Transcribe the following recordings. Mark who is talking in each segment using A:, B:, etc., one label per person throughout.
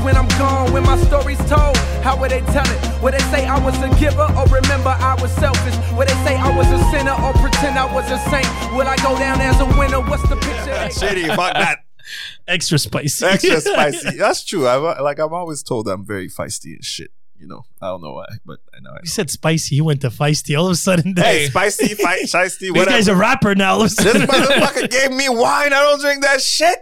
A: on when my story's told? How would they tell it? Would they say I was a giver or remember I was selfish? Would they say I was a sinner or pretend I was a saint? Will I go down as a winner? What's the picture? they
B: Shitty, fuck that.
C: Extra spicy.
B: Extra spicy. That's true. I like. I'm always told I'm very feisty and shit. You know. I don't know why, but I know. I know.
C: You said spicy. You went to feisty. All of a sudden,
B: hey, spicy, fi- shiesty,
C: this guy's
B: whatever.
C: a rapper now. All of a
B: this
C: sudden.
B: motherfucker gave me wine. I don't drink that shit.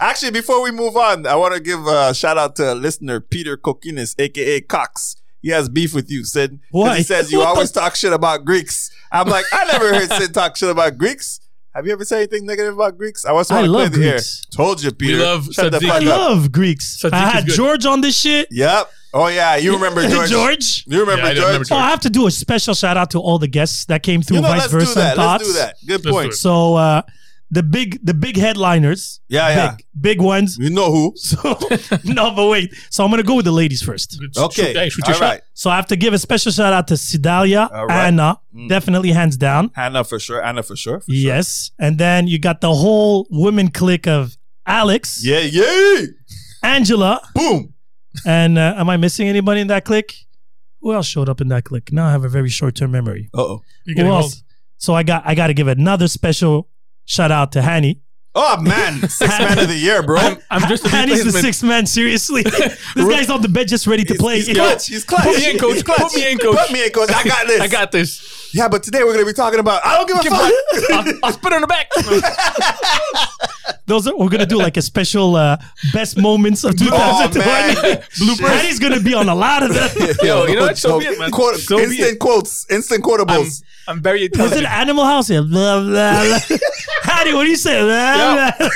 B: Actually, before we move on, I want to give a shout out to listener Peter Kokinis, aka Cox. He has beef with you, Sid. 'Cause
C: Why?
B: He says you
C: What the-
B: always talk shit about Greeks. I'm like, I never heard Sid talk shit about Greeks. Have you ever said anything negative about Greeks? I was
C: I
B: want to clear
C: love
B: the air.
C: Greeks.
B: Told you, Peter.
D: love
B: Shut the
D: Sadiq.
C: I
B: fuck up.
C: love Greeks.
D: Sadiq
C: I
D: is
C: had
D: good.
C: George on this shit.
B: Yep. Oh yeah, you remember George.
C: George?
B: You remember
D: Yeah, I don't
B: George.
D: remember
C: Oh,
D: George.
C: I have to do a special shout out to all the guests that came through,
B: You know,
C: vice
B: let's
C: versa.
B: do that.
C: and thoughts.
B: Let's do that. Good
D: Let's do
B: point.
D: it.
C: So uh, the big the big headliners,
B: Yeah, yeah.
C: big big ones.
B: You know who?
C: So no, but wait. So I'm gonna go with the ladies first.
B: Okay.
D: Shoot, hey, shoot
B: All
D: your
B: right.
C: So I have to give a special shout out to Sidalia,
B: All right.
C: Anna,
B: Mm.
C: definitely hands down.
B: Hannah for sure. Anna for sure. for sure.
C: Yes, and then you got the whole women clique of Alex,
B: Yeah, yeah.
C: Angela,
B: Boom.
C: and uh, am I missing anybody in that clique? Who else showed up in that clique? Now I have a very short term memory.
B: Uh oh.
D: You're
C: Who
D: getting
C: else?
D: old.
C: So I got I got to give another special shout out to Hanny.
B: Oh man, six man of the year, bro.
D: I'm, I'm just a
C: Hanny's the
D: replacement.
C: sixth man. Seriously, this guy's on the bed just ready to
B: He's-
C: play.
B: He's, clutch. He's clutch.
D: Put me in, coach.
B: He's clutch.
D: Put me in, coach.
B: Put me in, coach. I got this.
D: I got this.
B: Yeah, but today we're gonna be talking about. I don't give a fuck.
D: I'll, I'll spit on the back.
C: Those are, we're gonna do like a special uh, best moments of
B: Oh
C: 2020.
B: man,
C: Hanny's gonna be on a lot of them.
D: Yo, you know what? So
B: joke.
D: be it, man.
B: Quote,
D: So be
B: instant
D: it.
B: quotes. Instant
D: I'm,
B: quotables.
D: I'm very
C: Was it
D: intelligent.
C: Animal House? Yeah, blah, blah, blah. Hanny, what do you say? Blah,
D: Yeah.
C: blah.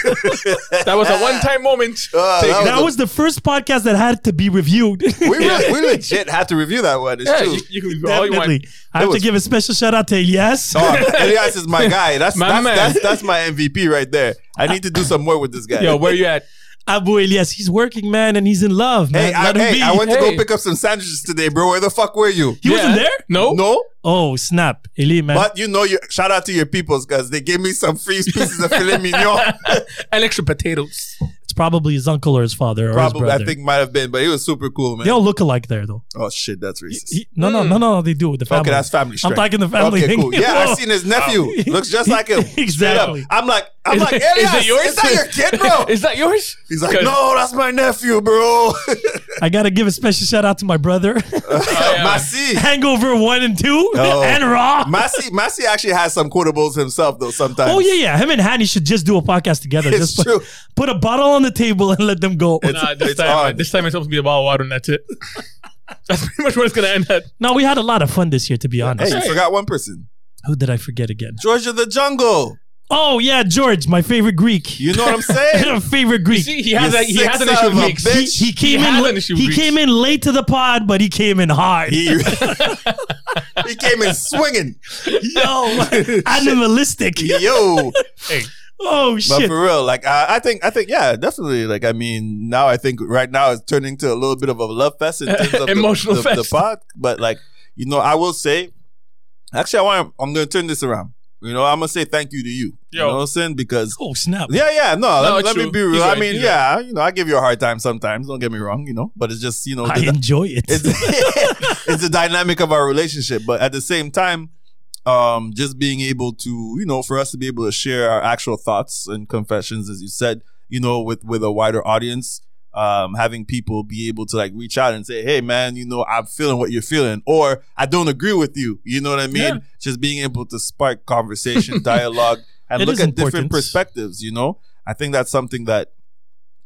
D: That was a one-time moment.
B: Uh,
D: Take-
B: that
C: That was the first podcast that had to be reviewed.
B: we, really, we legit have to review that one. It's
D: yeah,
B: true.
D: you, you can do all you want.
C: Definitely. I
B: That
C: have to
B: was-
C: give a special shout out to Elias.
B: Oh, Elias is my guy. That's
D: My
B: that's,
D: man.
B: that's that's my MVP right there. I need to do some more with this guy.
D: Yo, where you at?
C: Abu Elias, he's working, man, and he's in love, man.
B: hey, I,
C: Let him
B: hey,
C: be.
B: I went to
D: Hey.
B: go pick up some sandwiches today, bro. Where the fuck were you?
C: he wasn't
D: Yeah.
C: there?
D: No.
B: No,
C: Oh, snap. Eli, man.
B: but you know, you shout out to your peoples because they gave me some free pieces of filet mignon.
D: And extra potatoes.
C: It's probably his uncle or his father or his
B: Probably,
C: brother.
B: I think might have been, but he was super cool, man.
C: They all look alike there, though.
B: Oh shit, that's
C: He-
B: racist.
C: he- no, no, no, no, they do. The family.
B: Okay, that's family. Strength.
C: talking the family
B: okay,
C: thing. Oh,
B: Cool. Yeah,
C: Whoa.
B: I've seen his nephew. Looks just like him. Straight up.
C: Exactly.
B: I'm like, I'm
D: Is
B: like,
D: it- is it
B: Elias, is,
D: yours?
B: that your kid, bro?
D: Is that yours?
B: He's like, no, that's my nephew, bro.
C: I gotta give a special shout out to my brother.
D: Oh, yeah.
B: Masi.
C: Hangover one and two
B: Oh.
C: and Raw.
B: Masi, Masi actually has some quotables himself though. Sometimes.
C: oh yeah, yeah. Him and Hanny should just do a podcast together.
B: It's
C: just put,
B: true.
C: put a bottle on the table and let them go.
B: It's-
D: Nah, this
B: it's
D: time,
B: on.
D: this time it's supposed to be a bottle of water, and that's it. that's pretty much where it's gonna end at.
C: no, we had a lot of fun this year, to be honest.
B: Hey, you forgot one person.
C: Who did I forget again?
B: Georgia the Jungle.
C: Oh yeah, George, my favorite Greek.
B: You know what I'm saying?
C: My favorite Greek.
D: See, he has
B: You
D: a, he has an
B: sick
D: issue
B: son of
D: with
B: a
D: mix.
B: bitch.
C: he, he came
D: has
C: in.
D: an
C: late-
D: issue
C: he
D: with
C: came in late to the pod, but he came in hard.
B: he, he came in swinging.
C: Yo, animalistic.
B: Yo,
C: Oh
B: but
C: shit.
B: for real, like I, I think, I think, yeah, definitely. Like I mean, now I think right now it's turning to a little bit of a love fest in terms of
D: Emotional
B: the, the, the
D: fest.
B: pod. But like you know, I will say, actually, I want. I'm going to turn this around. You know, I'm gonna say thank you to you.
D: Yo.
B: You know what I'm saying? Because
C: Oh snap.
B: yeah, yeah, no, let, me-
D: it's
B: let me
D: true.
B: be real.
D: He's right,
B: I mean,
D: he's
B: yeah, you know, I give you a hard time sometimes. Don't get me wrong, you know, but it's just you know,
C: I
B: the-
C: enjoy it.
B: it's it's the dynamic of our relationship but at the same time um just being able to you know for us to be able to share our actual thoughts and confessions as you said you know with with a wider audience um having people be able to like reach out and say hey man you know i'm feeling what you're feeling or i don't agree with you you know what i mean
D: Yeah.
B: just being able to spark conversation dialogue and
C: It
B: look
C: is
B: at
C: important.
B: different perspectives you know i think that's something that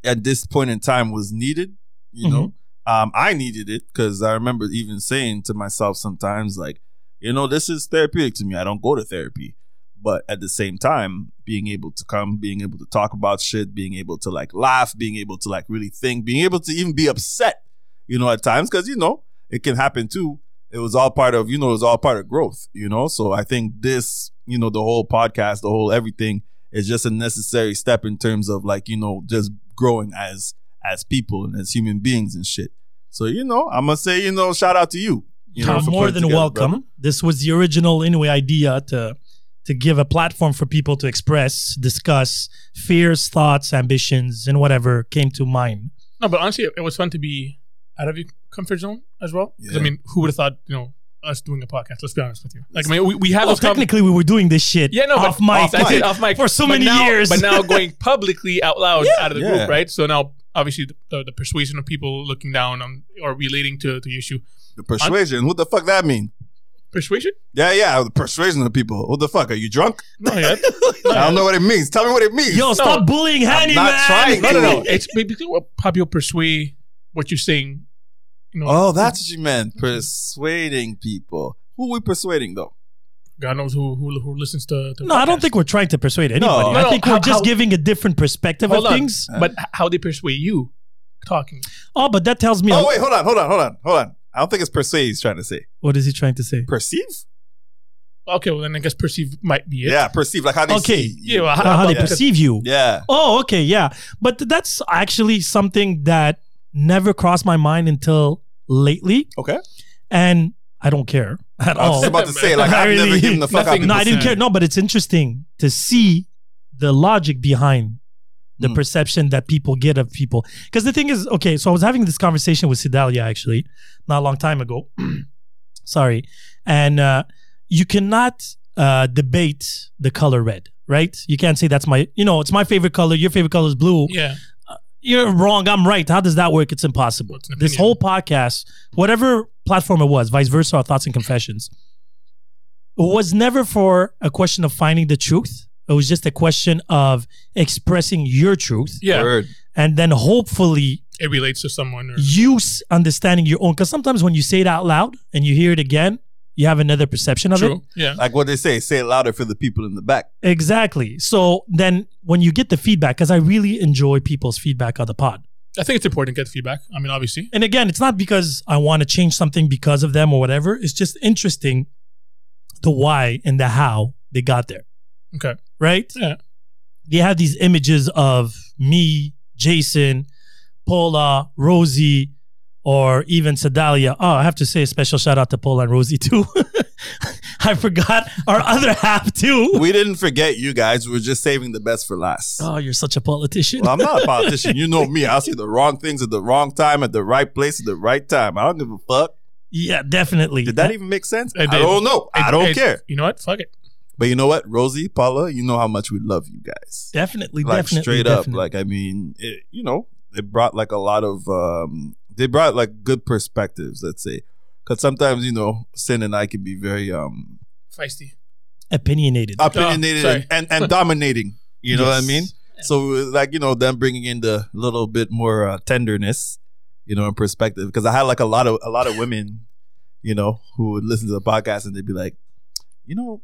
B: at this point in time was needed you know um i needed it because i remember even saying to myself sometimes like you know this is therapeutic to me i don't go to therapy but at the same time being able to come being able to talk about shit being able to like laugh being able to like really think being able to even be upset you know at times because you know it can happen too it was all part of you know it was all part of growth you know so i think this you know the whole podcast the whole everything is just a necessary step in terms of like you know just growing as as people and as human beings and shit so you know i'm gonna say you know shout out to you you know,
C: Tom,
B: for
C: more
B: putting
C: than
B: together,
C: welcome.
B: brother.
C: This was the original anyway idea to to give a platform for people to express, discuss fears, thoughts, ambitions, and whatever came to mind.
D: No, but honestly, it was fun to be out of your comfort zone as well. 'Cause,
B: Yeah.
D: I mean, who would have thought, you know, us doing a podcast? Let's be honest with you. Like, I mean, we, we have
C: Well,
D: those com-
C: technically, we were doing this shit.
D: yeah, no,
C: off
D: but,
C: mic,
D: off, that's it, off mic
C: for so
D: But
C: many
D: now-
C: years.
D: but now going publicly out loud out of the
B: Yeah.
D: group, right? So now, obviously, the, the, the persuasion of people looking down on or relating to to the issue,
B: The persuasion. What the fuck that mean?
D: persuasion.
B: Yeah, yeah. The persuasion of people. What the fuck? Are you drunk?
D: No, yeah.
B: I don't know what it means. Tell me what it means.
C: Yo, stop bullying Hanny,
B: not
C: man.
B: trying
D: no, no, no.
B: Dude.
D: It's basically what how people persuade what you're saying. You know,
B: Oh, that's what you meant. Persuading people. Who we persuading though?
D: God knows who who, who listens to. to
C: No, I don't
D: podcasts.
C: think we're trying to persuade anybody.
B: No,
C: I
D: no,
C: think
D: how-
C: we're just
D: how-
C: giving a different perspective
D: Hold
C: of
D: on.
C: things.
D: But h- how they persuade you talking?
C: Oh, but that tells me.
B: Oh wait, hold on, hold on, hold on, hold on. I don't think it's persuade he's trying to say.
C: What is he trying to say?
B: Perceive?
D: Okay, well then I guess perceive might be it.
B: Yeah, perceive. Like how they
C: Okay.
B: see.
D: yeah.
B: you.
D: Well, how,
C: Uh, how they
D: about-
C: perceive you.
B: Yeah.
C: Oh, okay, yeah. But th- that's actually something that never crossed my mind until lately.
B: Okay.
C: And I don't care at
B: I was
C: all.
B: just about to say, like,
C: I
B: I've never
C: really-
B: given the fuck
D: nothing-
B: out
C: no, I didn't care. No, but it's interesting to see the logic behind the
B: Mm.
C: perception that people get of people. Because the thing is, okay, so I was having this conversation with Sidalia actually not a long time ago. Sorry. And uh, you cannot uh, debate the color red, right? You can't say that's my, you know, it's my favorite color. Your favorite color is blue
D: Yeah,
C: you're wrong, I'm right. How does that work? It's impossible.
D: It's an
C: this
D: opinion.
C: whole podcast, whatever platform it was, vice versa, our thoughts and confessions, was never for a question of finding the truth. It was just a question of expressing your truth
D: yeah.
B: Word.
C: and then hopefully
D: It relates to someone. Or,
C: you s- understanding your own. Because sometimes when you say it out loud and you hear it again, you have another perception of it.
D: true. Yeah.
B: Like what they say, say it louder for the people in the back.
C: Exactly. So then when you get the feedback, because I really enjoy people's feedback on the pod.
D: I think it's important to get feedback. I mean, obviously.
C: and again, it's not because I want to change something because of them or whatever. It's just interesting the why and the how they got there,
D: Okay.
C: right?
D: Yeah.
C: They have these images of me, Jason, Paula, Rosie, or even Sedalia. Oh, I have to say a special shout out to Paula and Rosie too. I forgot our other half too.
B: We didn't forget you guys. We were just saving the best for last.
C: oh, you're such a politician.
B: Well, I'm not a politician. You know me. I'll say the wrong things at the wrong time, at the right place, at the right time. I don't give a fuck.
C: yeah, definitely.
B: Did that even make sense?
D: It
B: I
D: did.
B: don't know. I
D: It-
B: don't
D: it-
B: care.
D: You know what? Fuck it.
B: But you know what, Rosie, Paula, you know how much we love you guys.
C: definitely,
B: like
C: definitely,
B: straight
C: definitely.
B: up. Like I mean, it, you know, it brought like a lot of um they brought like good perspectives, let's say. Cuz sometimes, you know, Sin and I can be very um
D: Feisty.
C: opinionated.
B: opinionated
D: Oh, sorry.
B: and, and, and dominating, you know what I
C: Yes.
B: mean? So like, you know, them bringing in the little bit more uh, tenderness, you know, in perspective because I had like a lot of a lot of women, you know, who would listen to the podcast and they'd be like, "You know,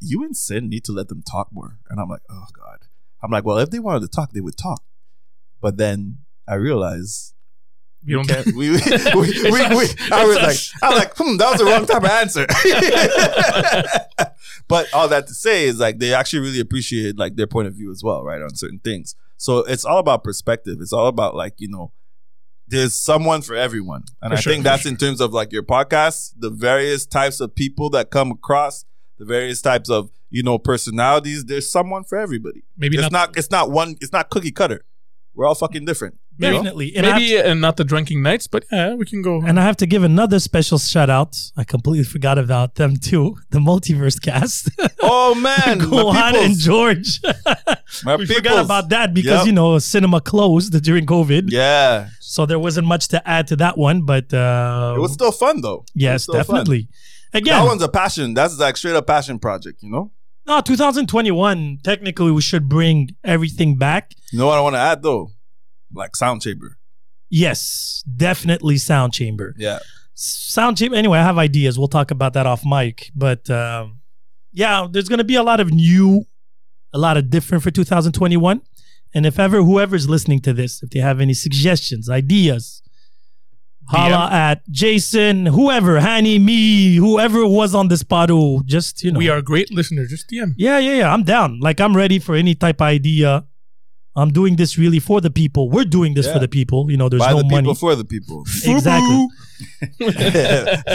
B: you and Sin need to let them talk more." And I'm like, "Oh god." I'm like, "Well, if they wanted to talk, they would talk." But then I realized
D: You don't
B: we, we, we, we,
D: It's
B: I was like,
D: us.
B: I was like, hmm, that was the wrong type of answer. but all that to say is like they actually really appreciate like their point of view as well, right, on certain things. So it's all about perspective. It's all about like you know, there's someone for everyone, and
D: For
B: I
D: sure,
B: think
D: for
B: that's in terms of like your podcast, the various types of people that come across, the various types of you know personalities. There's someone for everybody.
D: maybe
B: it's
D: not,
B: not. It's not one. It's not cookie cutter. We're all fucking different.
D: maybe-
C: definitely. And I have
D: maybe uh, not the drinking nights, but yeah, we can go.
C: And I have to give another special shout out. I completely forgot about them too. The multiverse cast.
B: Oh man, my
C: Gohan and
B: peoples.
C: George.
B: My
C: we
B: peoples.
C: forgot about that because,
B: Yep.
C: you know, cinema closed during COVID.
B: Yeah,
C: So there wasn't much to add to that one. But uh,
B: it was still fun though. It was
C: yes,
B: still fun.
C: definitely. Again,
B: That one's a passion. That's like straight up passion project. You know.
C: no, 2021, technically, we should bring everything back.
B: You know what I want to add though, like Sound Chamber.
C: Yes, definitely Sound Chamber.
B: Yeah.
C: sound cheap. Anyway, I have ideas. We'll talk about that off mic. But um, yeah, there's going to be a lot of new, a lot of different for 2021. And if ever whoever's listening to this, if they have any suggestions, ideas, holla at Jason, whoever, Hanny, me, whoever was on this pod, who just you know,
D: We are great listeners. Just DM.
C: yeah, yeah, yeah. I'm down. Like I'm ready for any type of idea. I'm doing this really for the people. We're doing this for
B: Yeah.
C: the people. You know, there's
B: By
C: no
B: the
C: money.
B: people for the people.
C: exactly.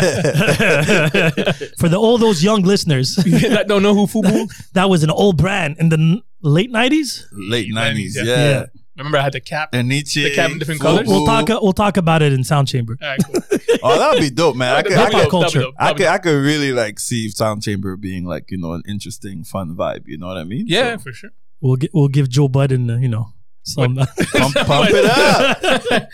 B: yeah,
C: for the all those young listeners.
D: that don't know who Fubu.
C: that was an old brand in the n- late 90s
B: late
D: nineties,
B: nineties.
D: yeah.
B: Yeah.
C: Yeah.
D: Remember, I had the cap.
B: And Nietzsche.
D: They have different
B: Fu-
D: colors?
C: We'll talk. uh, We'll talk about it in sound chamber.
D: All right, cool.
B: Oh, that'd be dope, man. I could, I
C: Hip-hop
B: could,
C: culture.
B: I could, I could really like see Sound Chamber being like you know an interesting, fun vibe. You know what I mean?
D: yeah,
B: So,
D: for sure.
C: We'll get. We'll give Joe Budden. Uh, you know some.
B: pump, pump it up.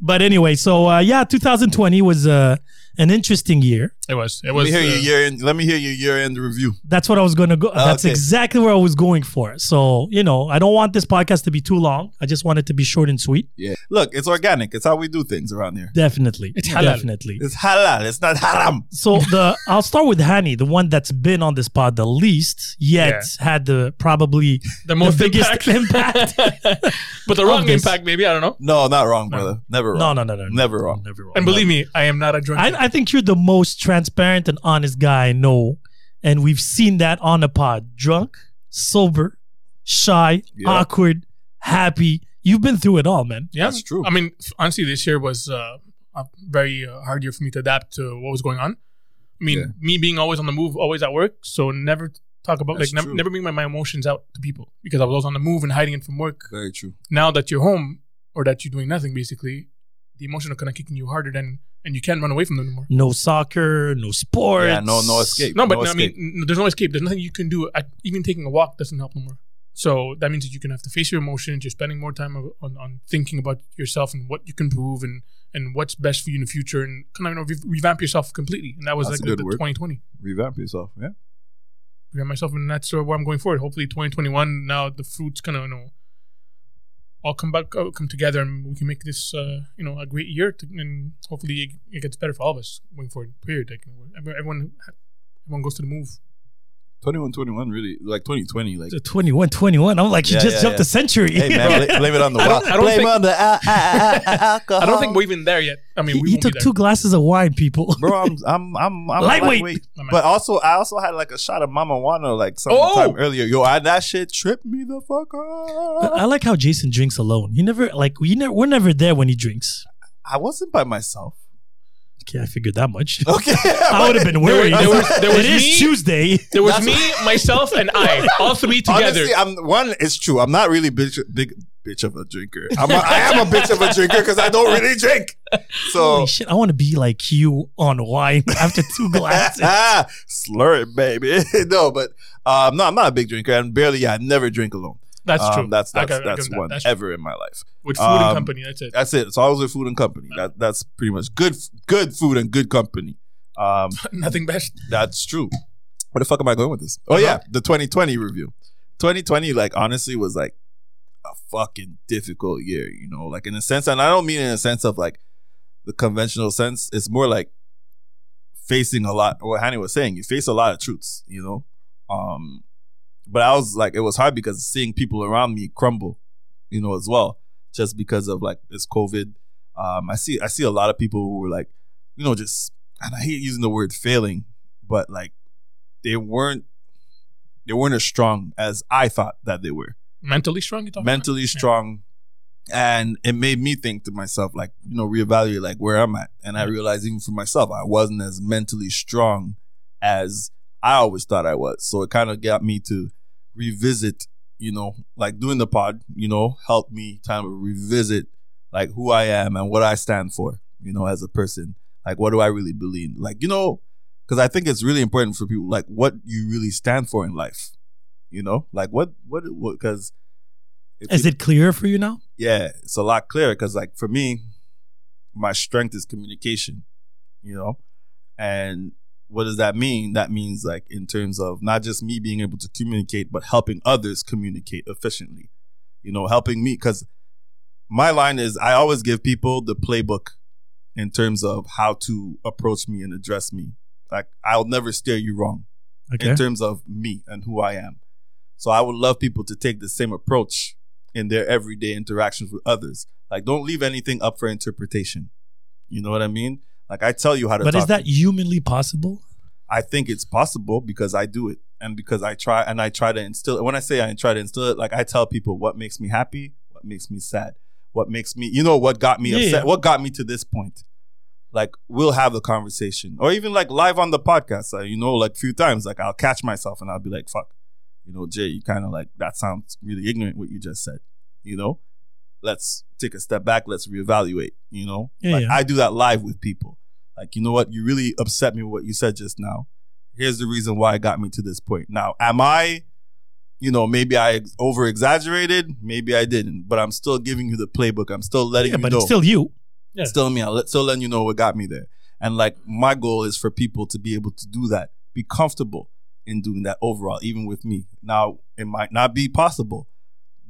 C: but anyway, so uh, yeah, 2020 was uh, an interesting year.
D: It was. It
B: Let
D: was.
B: me hear your
D: uh,
B: year end. Let me hear your year end review.
C: That's what I was going to go.
D: Ah,
C: That's
B: okay.
C: exactly where I was going for. So you know, I don't want this podcast to be too long. I just want it to be short and sweet.
B: Yeah. Look, it's organic. It's how we do things around here.
C: Definitely,
D: It's halal.
C: definitely.
B: It's halal. It's not haram.
C: So the I'll start with Hani, the one that's been on this pod the least, yet had the probably
D: the most
C: biggest
D: impact.
C: impact.
D: but the wrong
C: this.
D: impact, maybe. I don't know.
B: No, not wrong, brother. Never wrong.
C: no, no, no, no, no,
B: Never wrong.
C: never wrong.
D: And believe me, I am not a drunk.
C: I, I think you're the most transparent and honest guy I know, and we've seen that on the pod. Drunk, sober, shy,
B: Yeah.
C: awkward, happy. You've been through it all, man.
D: yeah,
B: That's true.
D: I mean, f- honestly, this year was uh, a very uh, hard year for me to adapt to what was going on. I mean,
B: Yeah.
D: me being always on the move, always at work, so never talk about
B: That's
D: like nev-
B: true.
D: never bring my, my emotions out to people because I was always on the move and hiding it from work.
B: Very true.
D: Now that you're home or that you're doing nothing, basically, the emotions are kind of kicking you harder than, and you can't run away from them anymore.
C: No soccer, no sports.
B: Yeah, no, no escape.
D: No, but no, I mean,
B: escape.
D: n- there's no escape. There's nothing you can do. I, even taking a walk doesn't help no more. So that means that you can have to face your emotions. You're spending more time o- on, on thinking about yourself and what you can prove and, and what's best for you in the future and kind of you know, re- revamp yourself completely. And that was
B: That's a
D: like
B: good
D: the, the
B: word.
D: 2020.
B: revamp yourself. Yeah.
D: Revamp myself, and that's uh, where I'm going forward. Hopefully, 2021. Now the fruits kind of you know all come back, uh, come together, and we can make this uh, you know a great year. To, and hopefully, it, it gets better for all of us going forward. Period. Like, everyone, everyone goes to the move.
B: 21, 21, really like twenty twenty, like.
C: So 21, 21. I'm like, you
B: Yeah,
C: just
B: yeah,
C: jumped
B: yeah.
C: a century.
B: Hey man, bla- blame it on the
D: I don't-
B: wa-
D: I don't
B: blame
D: think-
B: on the al- al- al- alcohol.
D: I don't think we're even there yet. I mean,
C: He-
D: we
C: he
D: won't be
C: took
D: there.
C: two glasses of wine, people.
B: bro. I'm I'm I'm, I'm
C: Lightweight.
D: I might-
B: But also, I also had like a shot of Mama Juana like sometime
D: Oh!
B: earlier. Yo, I, that shit tripped me the fuck
C: I
B: up.
C: like how Jason drinks alone. He never like we never we're never there when he drinks.
B: I wasn't by myself.
C: Okay, I figured that much.
B: Okay,
C: I would have been worried.
D: there was- there
C: it
D: was
C: is
D: me.
C: Tuesday.
D: there was me, myself, and I, all three together.
B: Honestly, I'm one. It's true. I'm not really bitch, big bitch of a drinker. I'm a, I am a bitch of a drinker because I don't really drink. So Oh.
C: Holy shit, I want to be like you on wine after two glasses.
B: slur it, baby. no, but um, no, I'm not a big drinker. and barely. I never drink alone.
D: that's
B: Um,
D: true.
B: That's
D: I
B: that's
D: can- I
B: that's
D: can-
B: one
D: that's-
B: ever in my life.
D: with food
B: um,
D: and company. That's it.
B: That's it. It's always with food and company. That that's pretty much good good food and good company. Um,
D: Nothing best.
B: that's true. Where the fuck am I going with this? Oh yeah, the 2020 review. 2020, like honestly, was like a fucking difficult year. You know, like in a sense, and I don't mean in a sense of like the conventional sense. It's more like facing a lot. What Hanny was saying, you face a lot of truths. You know, um, but I was like, it was hard because seeing people around me crumble. You know, as well, just because of like this COVID. Um, I see, I see a lot of people who were like, you know, just and I hate using the word failing, but like they weren't they weren't as strong as I thought that they were.
D: Mentally strong. You talking
B: Mentally strong. And it made me think to myself, like, you know, reevaluate like where I'm at. And I realized even for myself, I wasn't as mentally strong as I always thought I was. So it kind of got me to revisit, you know, like doing the pod, you know, helped me kind of revisit like who I am and what I stand for, you know, as a person. Like, what do I really believe? Like, you know, because I think it's really important for people, like, what you really stand for in life, you know, like what, what, what, because
C: Is it clear for you now?
B: yeah, it's a lot clearer because, like, for me, my strength is communication, you know? And what does that mean? That means, like, in terms of not just me being able to communicate, but helping others communicate efficiently, you know, helping me. Because my line is I always give people the playbook in terms of how to approach me and address me. Like, I'll never steer you wrong
C: Okay.
B: in terms of me and who I am. So I would love people to take the same approach in their everyday interactions with others. Like, don't leave anything up for interpretation. You know what I mean? Like, I tell you how to.
C: But is
B: talk to
C: that humanly possible?
B: I think it's possible because I do it and because I try and I try to instill it. When I say I try to instill it, like I tell people what makes me happy, what makes me sad, what makes me, you know, what got me
C: Yeah,
B: upset,
C: yeah.
B: what got me to this point. Like we'll have the conversation or even like live on the podcast, uh, you know, like few times, like I'll catch myself and I'll be like, fuck, you know, Jay, you kind of like, that sounds really ignorant what you just said, you know? let's take a step back, let's reevaluate, you know?
C: Yeah,
B: like
C: yeah.
B: I do that live with people. Like, you know what? You really upset me with what you said just now. Here's the reason why it got me to this point. Now, am I, you know, maybe I over exaggerated, maybe I didn't, but I'm still giving you the playbook. I'm still letting
C: yeah,
B: you
C: but
B: know.
C: it's still you.
D: Yeah.
B: Still me. I'll still letting you know what got me there. And like my goal is for people to be able to do that, be comfortable in doing that overall, even with me. Now it might not be possible,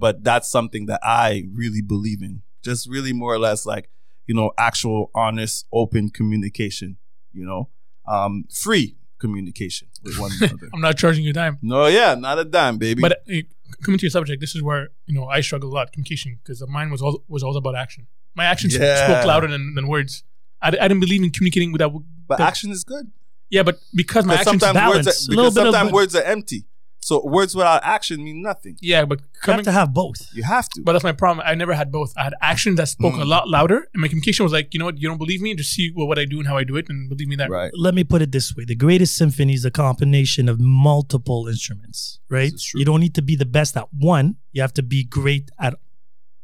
B: but that's something that I really believe in. Just really more or less like, you know, actual, honest, open communication, you know, um, free communication with one another.
D: I'm not charging you a dime.
B: no, yeah, not a dime, baby.
D: But uh, coming to your subject, this is where you know I struggle a lot communication because mine was all was all about action. My actions
B: Yeah.
D: spoke louder than, than words. I, d- I didn't believe in communicating without.
B: but
D: that-
B: action is good.
D: Yeah, but because my
B: Because
D: actions.
B: sometimes
C: balance,
B: words
C: a
B: are,
C: little
B: because
C: bit of
B: sometimes
C: both.
B: words are empty. So words without action mean nothing.
D: yeah, but
C: You
D: coming.
C: have to have both.
B: You have to.
D: But that's my problem. I never had both. I had actions that spoke
B: Mm.
D: a lot louder, and my communication was like, you know what, you don't believe me, just see what, what I do and how I do it, and believe me that.
B: right.
C: Let me put it this way: the greatest symphony is a combination of multiple instruments. Right?
B: This is true.
C: You don't need to be the best at one. You have to be great at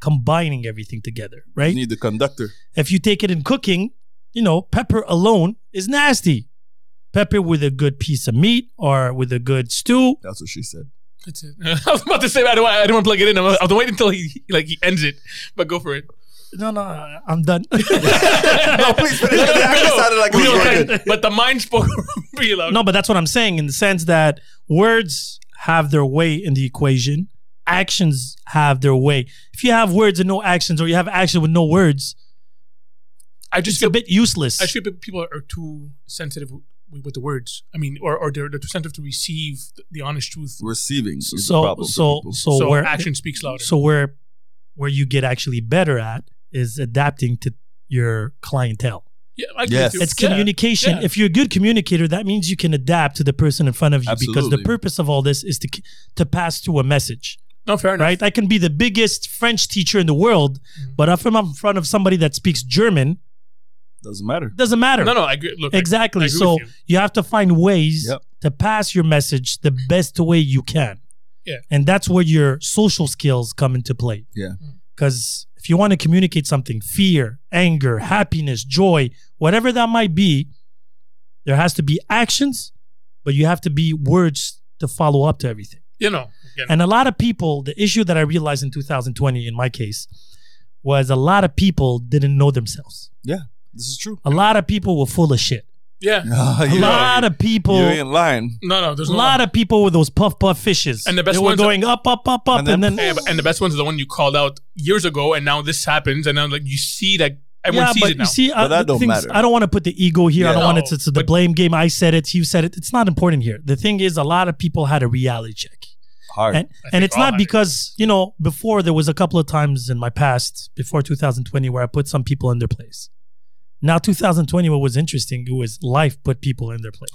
C: combining everything together.
B: You
C: Right?
B: need the conductor.
C: if you take it in cooking, you know, pepper alone is nasty. Pepper with a good piece of meat or with a good stew.
B: That's what she said.
D: That's it. I was about to say, I don't, want, I don't want to plug it in. I'm, I'm waiting until he like he ends it, but go for it.
C: No, no, I- I'm done.
B: No, please finish.
D: No, no,
B: I
D: no, no.
B: sounded like it
D: We
B: was
D: don't
B: working.
D: like- But the mind spoke really loud.
C: no, but that's what I'm saying in the sense that words have their way in the equation, actions have their way. If you have words and no actions, or you have action with no words,
D: I just
C: it's a
D: feel,
C: bit useless.
D: I just feel pe- people are too sensitive with, with the words. I mean, or, or they're, they're too sensitive to receive the, the honest truth.
B: Receiving is the
C: so,
B: problem. for
C: so,
B: people.
C: so,
D: so
C: where
D: action speaks louder.
C: So where where you get actually better at is adapting to your clientele.
D: yeah, I
B: Yes.
D: agree with you.
C: It's
D: Yeah.
C: communication.
D: yeah.
C: If you're a good communicator, that means you can adapt to the person in front of you because the
B: Absolutely.
C: purpose of all this is to to pass through a message,
D: No, fair enough.
C: right? I can be the biggest French teacher in the world,
D: Mhm.
C: but if I'm in front of somebody that speaks German,
B: doesn't matter.
C: it doesn't matter.
D: No, no, I agree. Look, I- I
C: exactly.
D: agree
C: So
D: with you.
C: you have to find ways
B: Yep.
C: to pass your message the best way you can.
D: Mm-hmm. Yeah.
C: And that's where your social skills come into play.
B: Yeah.
C: Because if you want to communicate something, fear, anger, happiness, joy, whatever that might be, there has to be actions, but you have to be words to follow up to everything.
D: you know, again,
C: And a lot of people, the issue that I realized in 2020 in my case was a lot of people didn't know themselves.
B: This is true.
C: A lot of people were full of shit.
D: yeah.
B: A
C: A lot of people
B: You ain't lying.
D: No, no, there's
C: a
D: no
C: lot of people with those puff puff fishes.
D: And the best
C: they were
D: ones-
C: going up, up, up, up,
B: And
C: and
B: then-
C: then,
D: Yeah, but, and the best ones are the one you called out years ago, and now this happens, and now like you see that everyone
C: yeah,
D: sees
C: but
D: it now.
C: you see,
B: But
C: uh,
B: that
C: the
B: don't
C: things-
B: matter.
C: I don't want to put the ego here. I
B: Yeah.
C: don't want
D: No,
C: it to, to the
D: but-
C: blame game. I said it. You said it. It's not important here. The thing is, a lot of people had a reality check,
B: Hard.
C: and
D: I think
C: and it's
D: we all
C: not
D: had it.
C: because you know before there was a couple of times in my past before 2020 where I put some people in their place. Now 2020, what was interesting, it was life put people in their place.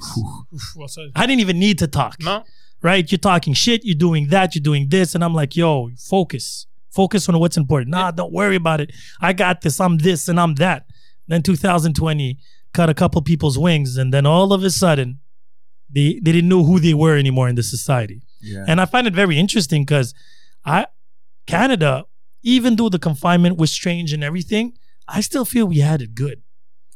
D: Oof, well said.
C: I didn't even need to talk.
D: No,
C: right? You're talking shit, you're doing that, you're doing this. And I'm like, yo, focus. Focus on what's important. Nah, don't worry about it. I got this, I'm this, and I'm that. Then 2020 cut a couple people's wings, and then all of a sudden, they, they didn't know who they were anymore in the society.
B: Yeah.
C: And I find it very interesting because I Canada, even though the confinement was strange and everything, I still feel we had it good.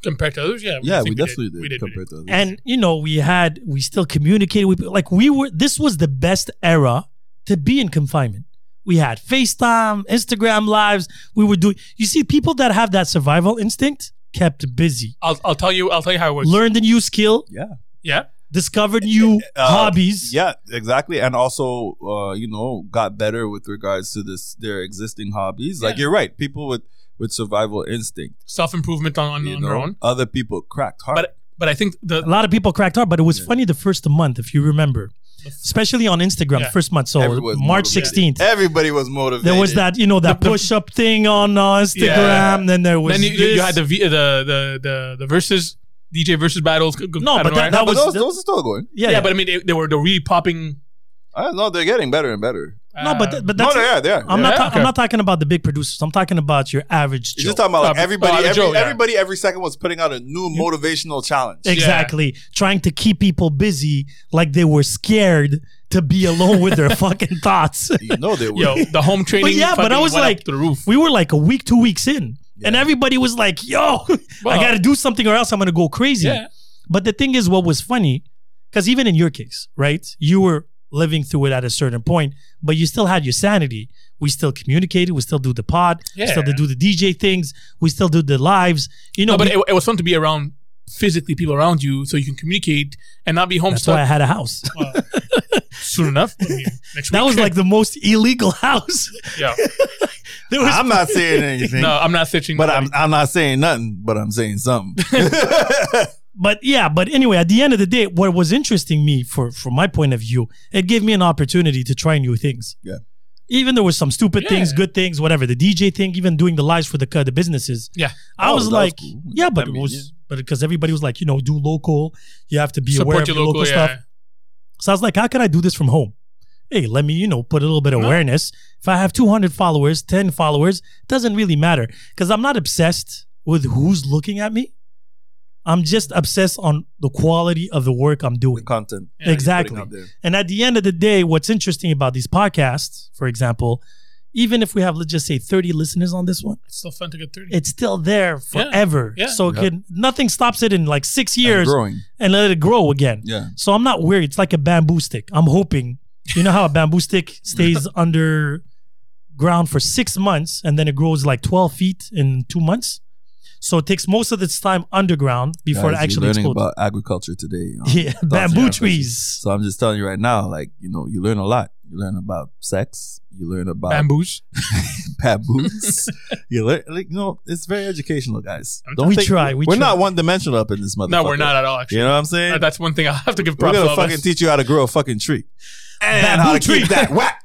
D: compared to others, yeah,
B: yeah,
D: I
B: we
D: think
B: definitely did,
D: We did. We did.
B: compared to others.
C: and you know we had we still communicated with like we were this was the best era to be in confinement we had facetime instagram lives we were doing you see people that have that survival instinct kept busy
D: I'll, I'll tell you. I'll tell you how it works.
C: learned a new skill
B: yeah.
D: Yeah,
C: discovered new
B: Uh,
C: hobbies
B: Yeah, exactly. And also, uh, you know, got better with regards to this their existing hobbies. Like
D: Yeah.
B: you're right, people with with survival instinct.
D: self improvement on,
C: Mm-hmm.
D: on,
B: you
D: on
B: know,
D: their own.
B: other people cracked hard.
D: But but I think the
C: a lot of people cracked hard but it was
B: Yeah.
C: funny the first month if you remember especially on instagram
D: Yeah.
C: first month so
B: Everyone's
C: march
B: motivated.
C: 16th
B: Everybody was motivated.
C: there was that you know that
D: The- the-
C: push up thing on uh, instagram then there was
D: then you, you- you
C: this.
D: had the, v, the the the the versus DJ versus battles. No,
C: No, but that- that
B: But
C: was
B: those,
C: the-
B: those are still going.
D: yeah, but I mean they, they were the really popping.
B: I don't know. They're getting better and better.
C: No, but
D: Uh,
C: th- but
B: No,
C: that's
B: no, yeah, they are.
C: I'm
B: Yeah.
C: not ta-
D: okay.
C: I'm not talking about the big producers. I'm talking about your average
B: You're
C: Joe.
B: just talking about like
D: Uh,
B: everybody.
D: uh,
B: every,
D: Joe, yeah.
B: Everybody every second was putting out a new motivational challenge.
C: exactly. Trying to keep people busy like they were scared to be alone with their fucking thoughts.
B: You know they were.
D: yo, the home training.
C: But yeah, but I
D: fucking
C: was
D: went up
C: like-
D: to the roof.
C: we were like a week, two weeks in, and everybody was like, "Yo, I
D: Well-
C: got to do something or else I'm gonna go crazy."
D: Yeah.
C: But the thing is, what was funny, because even in your case, right, you were living through it at a certain point, but you still had your sanity. We still communicated. We still do the pod. We still
D: Yeah.
C: do the DJ things. We still do the lives. You know,
D: No, but
C: we-
D: it, it was fun to be around physically people around you, so you can communicate and not be home
C: that's why I
D: stuck
C: had a house.
D: soon enough. I mean, next
C: that
D: week.
C: was like the most illegal house.
D: yeah.
C: There was
B: I'm not saying anything.
D: No, I'm not stitching.
B: But I'm, I'm not saying nothing, but I'm saying something.
C: but yeah, but anyway, at the end of the day, what was interesting me for from my point of view, it gave me an opportunity to try new things.
B: Yeah.
C: Even there was some stupid things,
D: Yeah.
C: good things, whatever. The DJ thing, even doing the lives for the co- the businesses.
D: Yeah.
C: I
B: Oh,
C: was
B: that was
C: like,
B: cool.
C: yeah, but
B: I
C: it
B: mean,
C: was,
B: yeah.
C: but because everybody was like, you know, do local, you have to be aware
D: support
C: of
D: your
C: your
D: local,
C: local,
D: yeah.
C: stuff. So I was like, how can I do this from home? Hey, let me, you know, put a little bit of
D: No.
C: awareness. If I have 200 followers, 10 followers, doesn't really matter because I'm not obsessed with who's looking at me. I'm just obsessed on the quality of the work I'm
B: The
C: doing.
B: content.
D: Yeah, you're
C: exactly. And at the end of the day, what's interesting about these podcasts, for example, even if we have, let's just say 30 listeners on this one,
D: It's still fun to get thirty.
C: it's still there
D: Yeah.
C: forever.
D: Yeah.
C: So it
B: Yeah.
C: can, nothing stops it in like six
B: Years.
C: years
B: growing.
C: and let it grow again.
B: Yeah.
C: So I'm not worried. It's like a bamboo stick. I'm hoping. You know how a bamboo stick stays under ground for six months and then it grows like 12 feet in two months. So it takes most of its time underground before
B: Guys,
C: it
B: you're
C: actually
B: learning
C: explodes.
B: about agriculture today. um,
C: yeah,
B: thoughts and
C: bamboo
B: efforts.
C: trees.
B: So I'm just telling you right now, like, you know, you learn a lot. You learn about sex. You learn about
D: Bamboos.
B: baboons. you learn, like, you know, it's very educational, guys.
D: I'm
B: Don't
C: we
B: think-
C: try. We
B: We're
C: try.
B: not one dimensional up in this motherfucker.
D: No, we're not at all. Actually,
B: You know what I'm saying?
D: Uh, that's one thing I'll have to give
B: We're
D: props
B: gonna
D: to.
B: fucking teach you how to grow a fucking tree and
C: Bamboo
B: how to
C: tree.
B: keep that whack.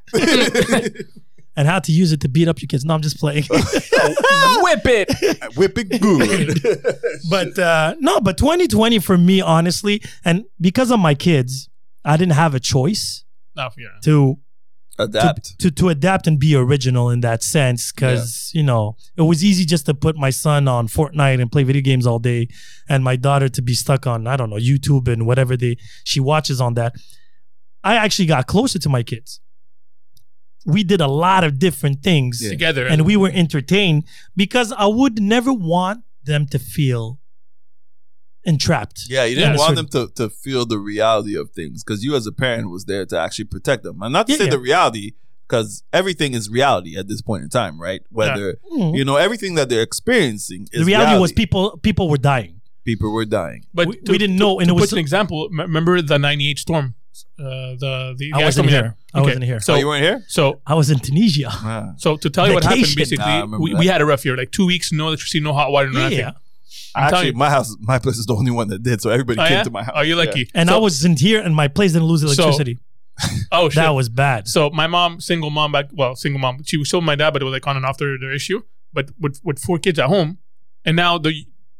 C: and how to use it to beat up your kids. No, I'm just playing.
D: Whip it.
B: Whip it good.
C: but uh, no, but 2020 for me, honestly, and because of my kids, I didn't have a choice
D: No, yeah.
C: to
B: Adapt.
C: to to adapt and be original in that sense because you know it was easy just to put my son on Fortnite and play video games all day and my daughter to be stuck on I don't know YouTube and whatever they she watches on that I actually got closer to my kids we did a lot of different things
B: Yeah.
D: together.
C: and we were entertained because I would never want them to feel entrapped
B: Yeah, you didn't
D: Yeah.
B: want them to, to feel the reality of things because you, as a parent, was there to actually protect them. And not to
C: Yeah,
B: say
C: yeah.
B: the reality, because everything is reality at this point in time, right? Whether
C: Mm.
B: you know everything that they're experiencing is
C: the reality, was people people were dying
B: people were dying.
D: but
C: we- we didn't know, and
D: to
C: it was
D: put
C: so-
D: an example. m- Remember the '98 storm. Uh, the the, the
C: I wasn't
D: ice storm
C: here I
D: Okay.
C: wasn't here
B: So
D: So
B: Oh, you weren't here.
D: so
C: I was in Tunisia
B: Ah,
D: so to tell you what happened,
C: Vacation.
D: basically,
B: Nah, I remember
D: we,
B: that.
D: we had a rough year. Like two weeks, no electricity, no hot water, no
C: yeah,
D: nothing.
C: yeah.
D: telling
B: actually,
D: you.
B: my house, my place is the only one that did, so everybody
D: Oh,
B: came
D: yeah?
B: to my house.
D: Oh, you're lucky.
C: and
D: So-
C: I wasn't here, and my place didn't lose electricity.
D: Oh shit.
C: that was bad.
D: So my mom, single mom back, well, single mom. She was still with my dad, but it was like on and off their, their issue. But with with four kids at home, and now they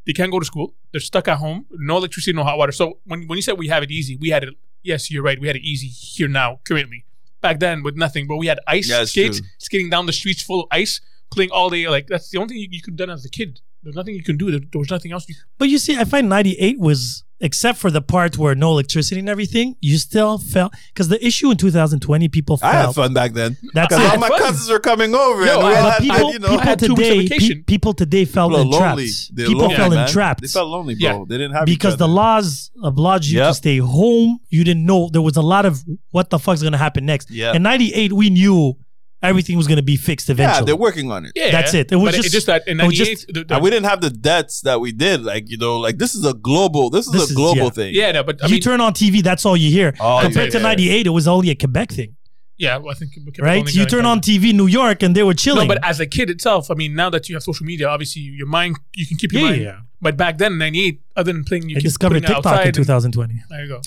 D: they can't go to school. They're stuck at home. No electricity, no hot water. So when when you said we have it easy, we had it. Yes, you're right. We had it easy here now currently. Back then with nothing, but we had ice
B: Yeah, it's
D: skates,
B: true.
D: skating down the streets full of ice, playing all day. Like that's the only thing you, you could have done as a kid. There's nothing you can do. There, there was nothing else. You,
C: but you see, I find '98 was, except for the part where no electricity and everything, you still felt because the issue in 2020, people
B: I had
C: felt
B: fun back then
C: that's
B: because
D: I
B: all
D: had
C: it.
B: my
D: fun.
B: cousins were coming over.
D: Yo,
B: and we
D: I
B: all
D: had
B: had,
D: fun.
C: People,
B: you know,
D: I
C: people
D: had too much
C: today, pe-
D: vacation.
C: people today felt
B: people are
C: entrapped.
B: lonely. They're
C: people
B: lonely,
C: felt
B: man.
C: entrapped
B: They felt lonely, bro.
D: Yeah.
B: They didn't have
C: because the
B: law.
C: laws obliged you to
B: Yep.
C: stay home. You didn't know there was a lot of what the fuck's gonna happen next.
B: Yeah.
C: In '98, we knew everything was gonna be fixed
B: Yeah,
C: eventually.
B: they're working on it.
D: yeah,
C: That's it. It was
D: but
C: just-
D: just that in
C: it was just-
D: '98. the- the-
B: And we didn't have the debts that we did. Like, you know, like this is a global, this is
C: This is-
B: a global
C: yeah.
B: thing.
D: yeah, no, but I
C: you
D: mean,
C: turn on TV, that's all you hear.
B: All you
C: Compared to
D: hear.
C: '98, it was only a Quebec thing.
D: yeah, well, I think we kept
C: right?
D: only
C: You
D: going
C: turn
D: down.
C: on TV New York and they were chilling.
D: No, but as a kid itself, I mean, now that you have social media, obviously your mind you can keep your
C: Yeah,
D: mind.
C: yeah.
D: But back then, '98, other than playing, you
C: I
D: keep
C: discovered
D: putting it
C: TikTok
D: outside
C: in
D: and-
C: 2020.
D: There you go.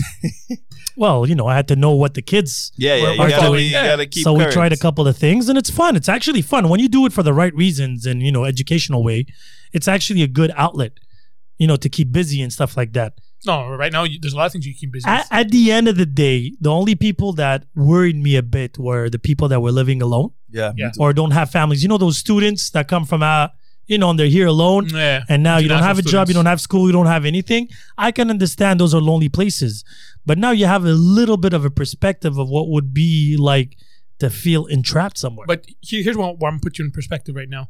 C: Well, you know, I had to know what the kids.
B: Yeah, yeah.
C: were-
B: You
C: were
B: gotta, be,
C: doing.
B: you gotta keep
C: so we
B: current.
C: tried a couple of things, and it's fun. It's actually fun when you do it for the right reasons and you know educational way. It's actually a good outlet, you know, to keep busy and stuff like that.
D: No, right now you, there's a lot of things you keep busy.
C: At,
D: with.
C: at the end of the day, the only people that worried me a bit were the people that were living alone
B: Yeah.
D: Yeah.
C: or don't have families. You know those students that come from uh, you know, and they're here alone.
D: yeah,
C: and now you don't
D: International
C: have a job, you
D: students.
C: don't have school, you don't have anything. I can understand those are lonely places, but now you have a little bit of a perspective of what would be like to feel entrapped somewhere.
D: but here, here's one where I'm gonna put you in perspective right now.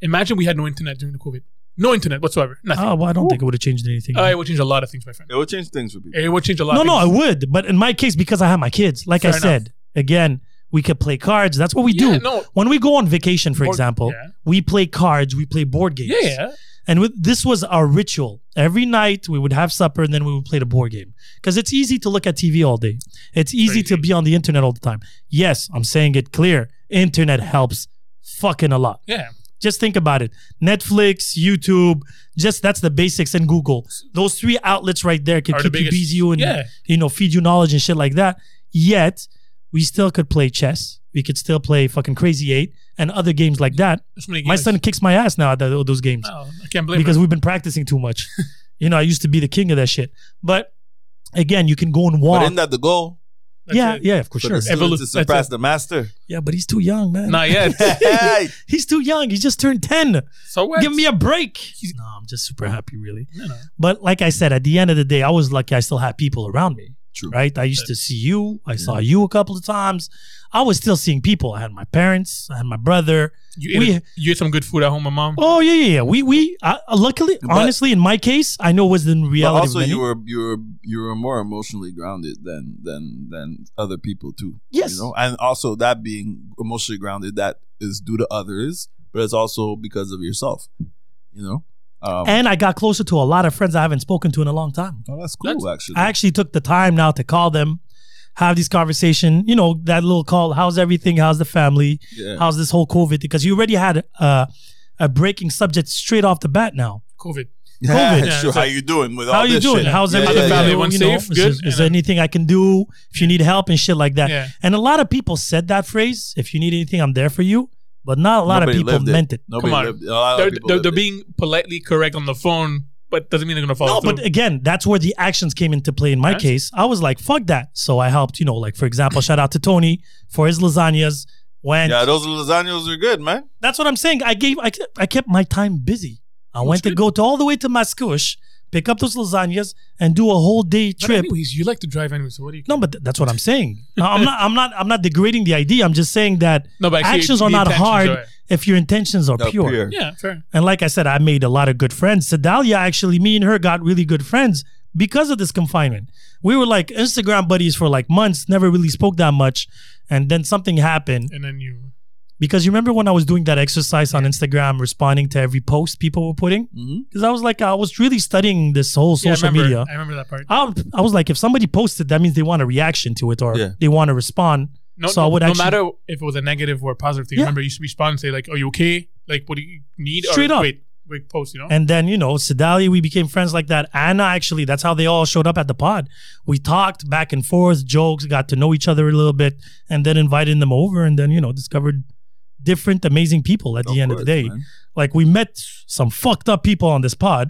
D: Imagine we had no internet during the COVID. No internet whatsoever. Nothing.
C: oh, well, I don't think it would have changed anything.
D: Uh, it would change a lot of things, my friend.
B: It would change things for people.
D: It would change a lot.
C: no,
D: of
C: no, I
D: things.
C: would, but in my case, because I have my kids, like I
D: Fair
C: said again, we could play cards. That's what we
D: Yeah,
C: do.
D: no.
C: When we go on vacation, for
D: Board-
C: example,
D: yeah.
C: we play cards, we play board games.
D: Yeah, yeah.
C: And with, this was our ritual. Every night we would have supper and then we would play the board game. Because it's easy to look at TV all day. It's easy to
D: Crazy.
C: be on the internet all the time. Yes, I'm saying it clear. Internet helps fucking a lot.
D: Yeah.
C: Just think about it. Netflix, YouTube, just that's the basics and Google. Those three outlets right there can
D: Are the
C: keep you
D: biggest-
C: busy and
D: yeah.
C: you know feed you knowledge and shit like that. Yet we still could play chess. We could still play fucking Crazy Eight and other games like that.
D: There's so many
C: My
D: games.
C: son kicks my ass now at tho- those games
D: No, I can't blame
C: because
D: him.
C: we've been practicing too much. you know, I used to be the king of that shit. But again, you can go and
B: But
C: walk.
B: isn't that the goal?
D: That's
C: yeah,
D: it.
C: yeah, of course,
B: For
C: sure.
B: the student
D: Evolu-
B: to
D: that's
B: surpass
D: it.
B: the master.
C: Yeah, but he's too young, man.
D: Not yet.
B: Hey,
C: He's too young. He just turned ten.
D: so what?
C: Give me a break. no, I'm just super happy, really.
D: No, no.
C: But like I said, at the end of the day, I was lucky. I still had people around me.
B: True.
C: Right? I used to see you. I saw you a couple of times. I was still seeing people. I had my parents. I had my brother.
D: You ate,
C: We-
D: a- you ate some good food at home, my mom.
C: Oh yeah, yeah, yeah. We we uh, luckily,
B: But-
C: honestly, in my case, I know it was the reality.
B: But
C: of
B: also,
C: many.
B: you were you were you were more emotionally grounded than than than other people too.
C: Yes.
B: you know, and also that being emotionally grounded that is due to others, but it's also because of yourself. You know, um,
C: and I got closer to a lot of friends I haven't spoken to in a long time.
B: oh, that's cool.
D: That's-
B: actually,
C: I actually took the time now to call them, have these conversation. You know that little call. How's everything? How's the family?
B: yeah,
C: How's this whole COVID? Because you already had a, a breaking subject straight off the bat. Now,
D: COVID.
B: Yeah,
C: COVID.
B: sure.
D: Yeah, so-
B: How you doing with
C: how
B: all
C: you
B: this
C: doing?
B: shit?
C: How's
B: Yeah,
C: everything?
B: yeah, yeah.
D: family? Everyone
C: You know,
D: safe?
C: is,
D: Good?
C: is
D: And
C: there
D: then-
C: anything I can do? If you need help and shit like that.
D: Yeah.
C: And a lot of people said that phrase. If you need anything, I'm there for you. But not a lot
B: Nobody
C: of people
B: lived it.
C: meant it.
B: Nobody
D: Come on.
B: lived- a lot of
D: They're,
B: people
D: they're,
B: lived
D: they're
B: it.
D: being politely correct on the phone, but doesn't mean they're gonna follow
C: No,
D: through.
C: but eh, again, that's where the actions came into play. In my
D: Right.
C: case, I was like, "Fuck that!" So I helped. You know, like for example, shout out to Tony for his lasagnas. When
B: Yeah, those lasagnas are good, man.
C: that's what I'm saying. I gave. I, kept- I kept my time busy. I went to
D: good.
C: go to all the way to Mascouche, pick up those lasagnas, and do a whole day
D: But
C: trip.
D: anyways, you like to drive anyway, so what do you?
C: No, but th- that's what I'm saying. I'm not. I'm not. I'm not degrading the idea. I'm just saying that
D: No, but actually,
C: actions are
D: the
C: not
D: intentions
C: hard
D: are-
C: if your intentions are
B: They're
C: pure.
B: pure.
D: Yeah, fair.
C: And like I said, I made a lot of good friends. Sedalia, actually, me and her got really good friends because of this confinement. We were like Instagram buddies for like months, never really spoke that much. And then something happened
D: And then you.
C: because you remember when I was doing that exercise on Instagram, responding to every post people were putting?
B: Mhm.
C: Because I was like, I was really studying this whole
D: Yeah, I
C: social
D: remember-
C: media.
D: I remember that part.
C: I, I was like, if somebody posted, that means they want a reaction to it or
B: Yeah.
C: they want to respond.
D: No,
C: So I
D: no,
C: would
D: no
C: actually-
D: matter if it was a negative or a positive thing.
C: Yeah.
D: Remember, you should respond and say like, "Are you okay? Like, what do you need?"
C: Straight
D: or,
C: up.
D: Wait, wait, post. You know.
C: And then, you know, Sedalia, we became friends like that. Anna, actually, that's how they all showed up at the pod. We talked back and forth, jokes, got to know each other a little bit, and then invited them over and then, you know, discovered different amazing people at the end of the
B: course,
C: day.
B: man.
C: Like we met some fucked up people on this pod.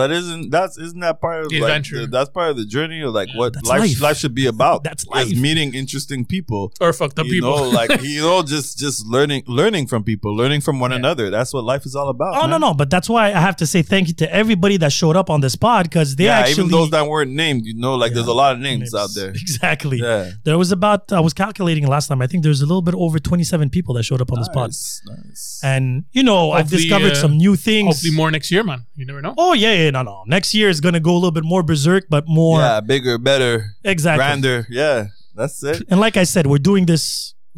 B: But isn't that's isn't that part of
D: The
B: like,
D: adventure.
B: the- that's part of the journey of like
D: Yeah.
B: what
C: That's
B: life
C: life.
B: life. should be about?
C: That's
B: Is
C: life.
B: meeting interesting people.
D: or fucked up
B: you
D: people.
B: know, like you know, just just learning learning from people, learning from one
D: Yeah.
B: another. That's what life is all about.
C: Oh no,
B: man.
C: no, but that's why I have to say thank you to everybody that showed up on this pod because they
B: yeah,
C: actually
B: even those that weren't named, you know, like
C: Yeah.
B: there's a lot of names, out there.
C: Exactly.
B: Yeah,
C: There was about I was calculating last time. I think there's a little bit over 27 people that showed up on this pod.
B: nice, nice.
C: And you know, I've
D: Hopefully,
C: discovered
D: uh,
C: some new things.
D: Hopefully, more next year, man. You never know.
C: Oh yeah, yeah, no, no. Next year is gonna go a little bit more berserk, but more
B: yeah, bigger, better,
C: exactly.
B: grander. Yeah, that's it.
C: And like I said, we're doing this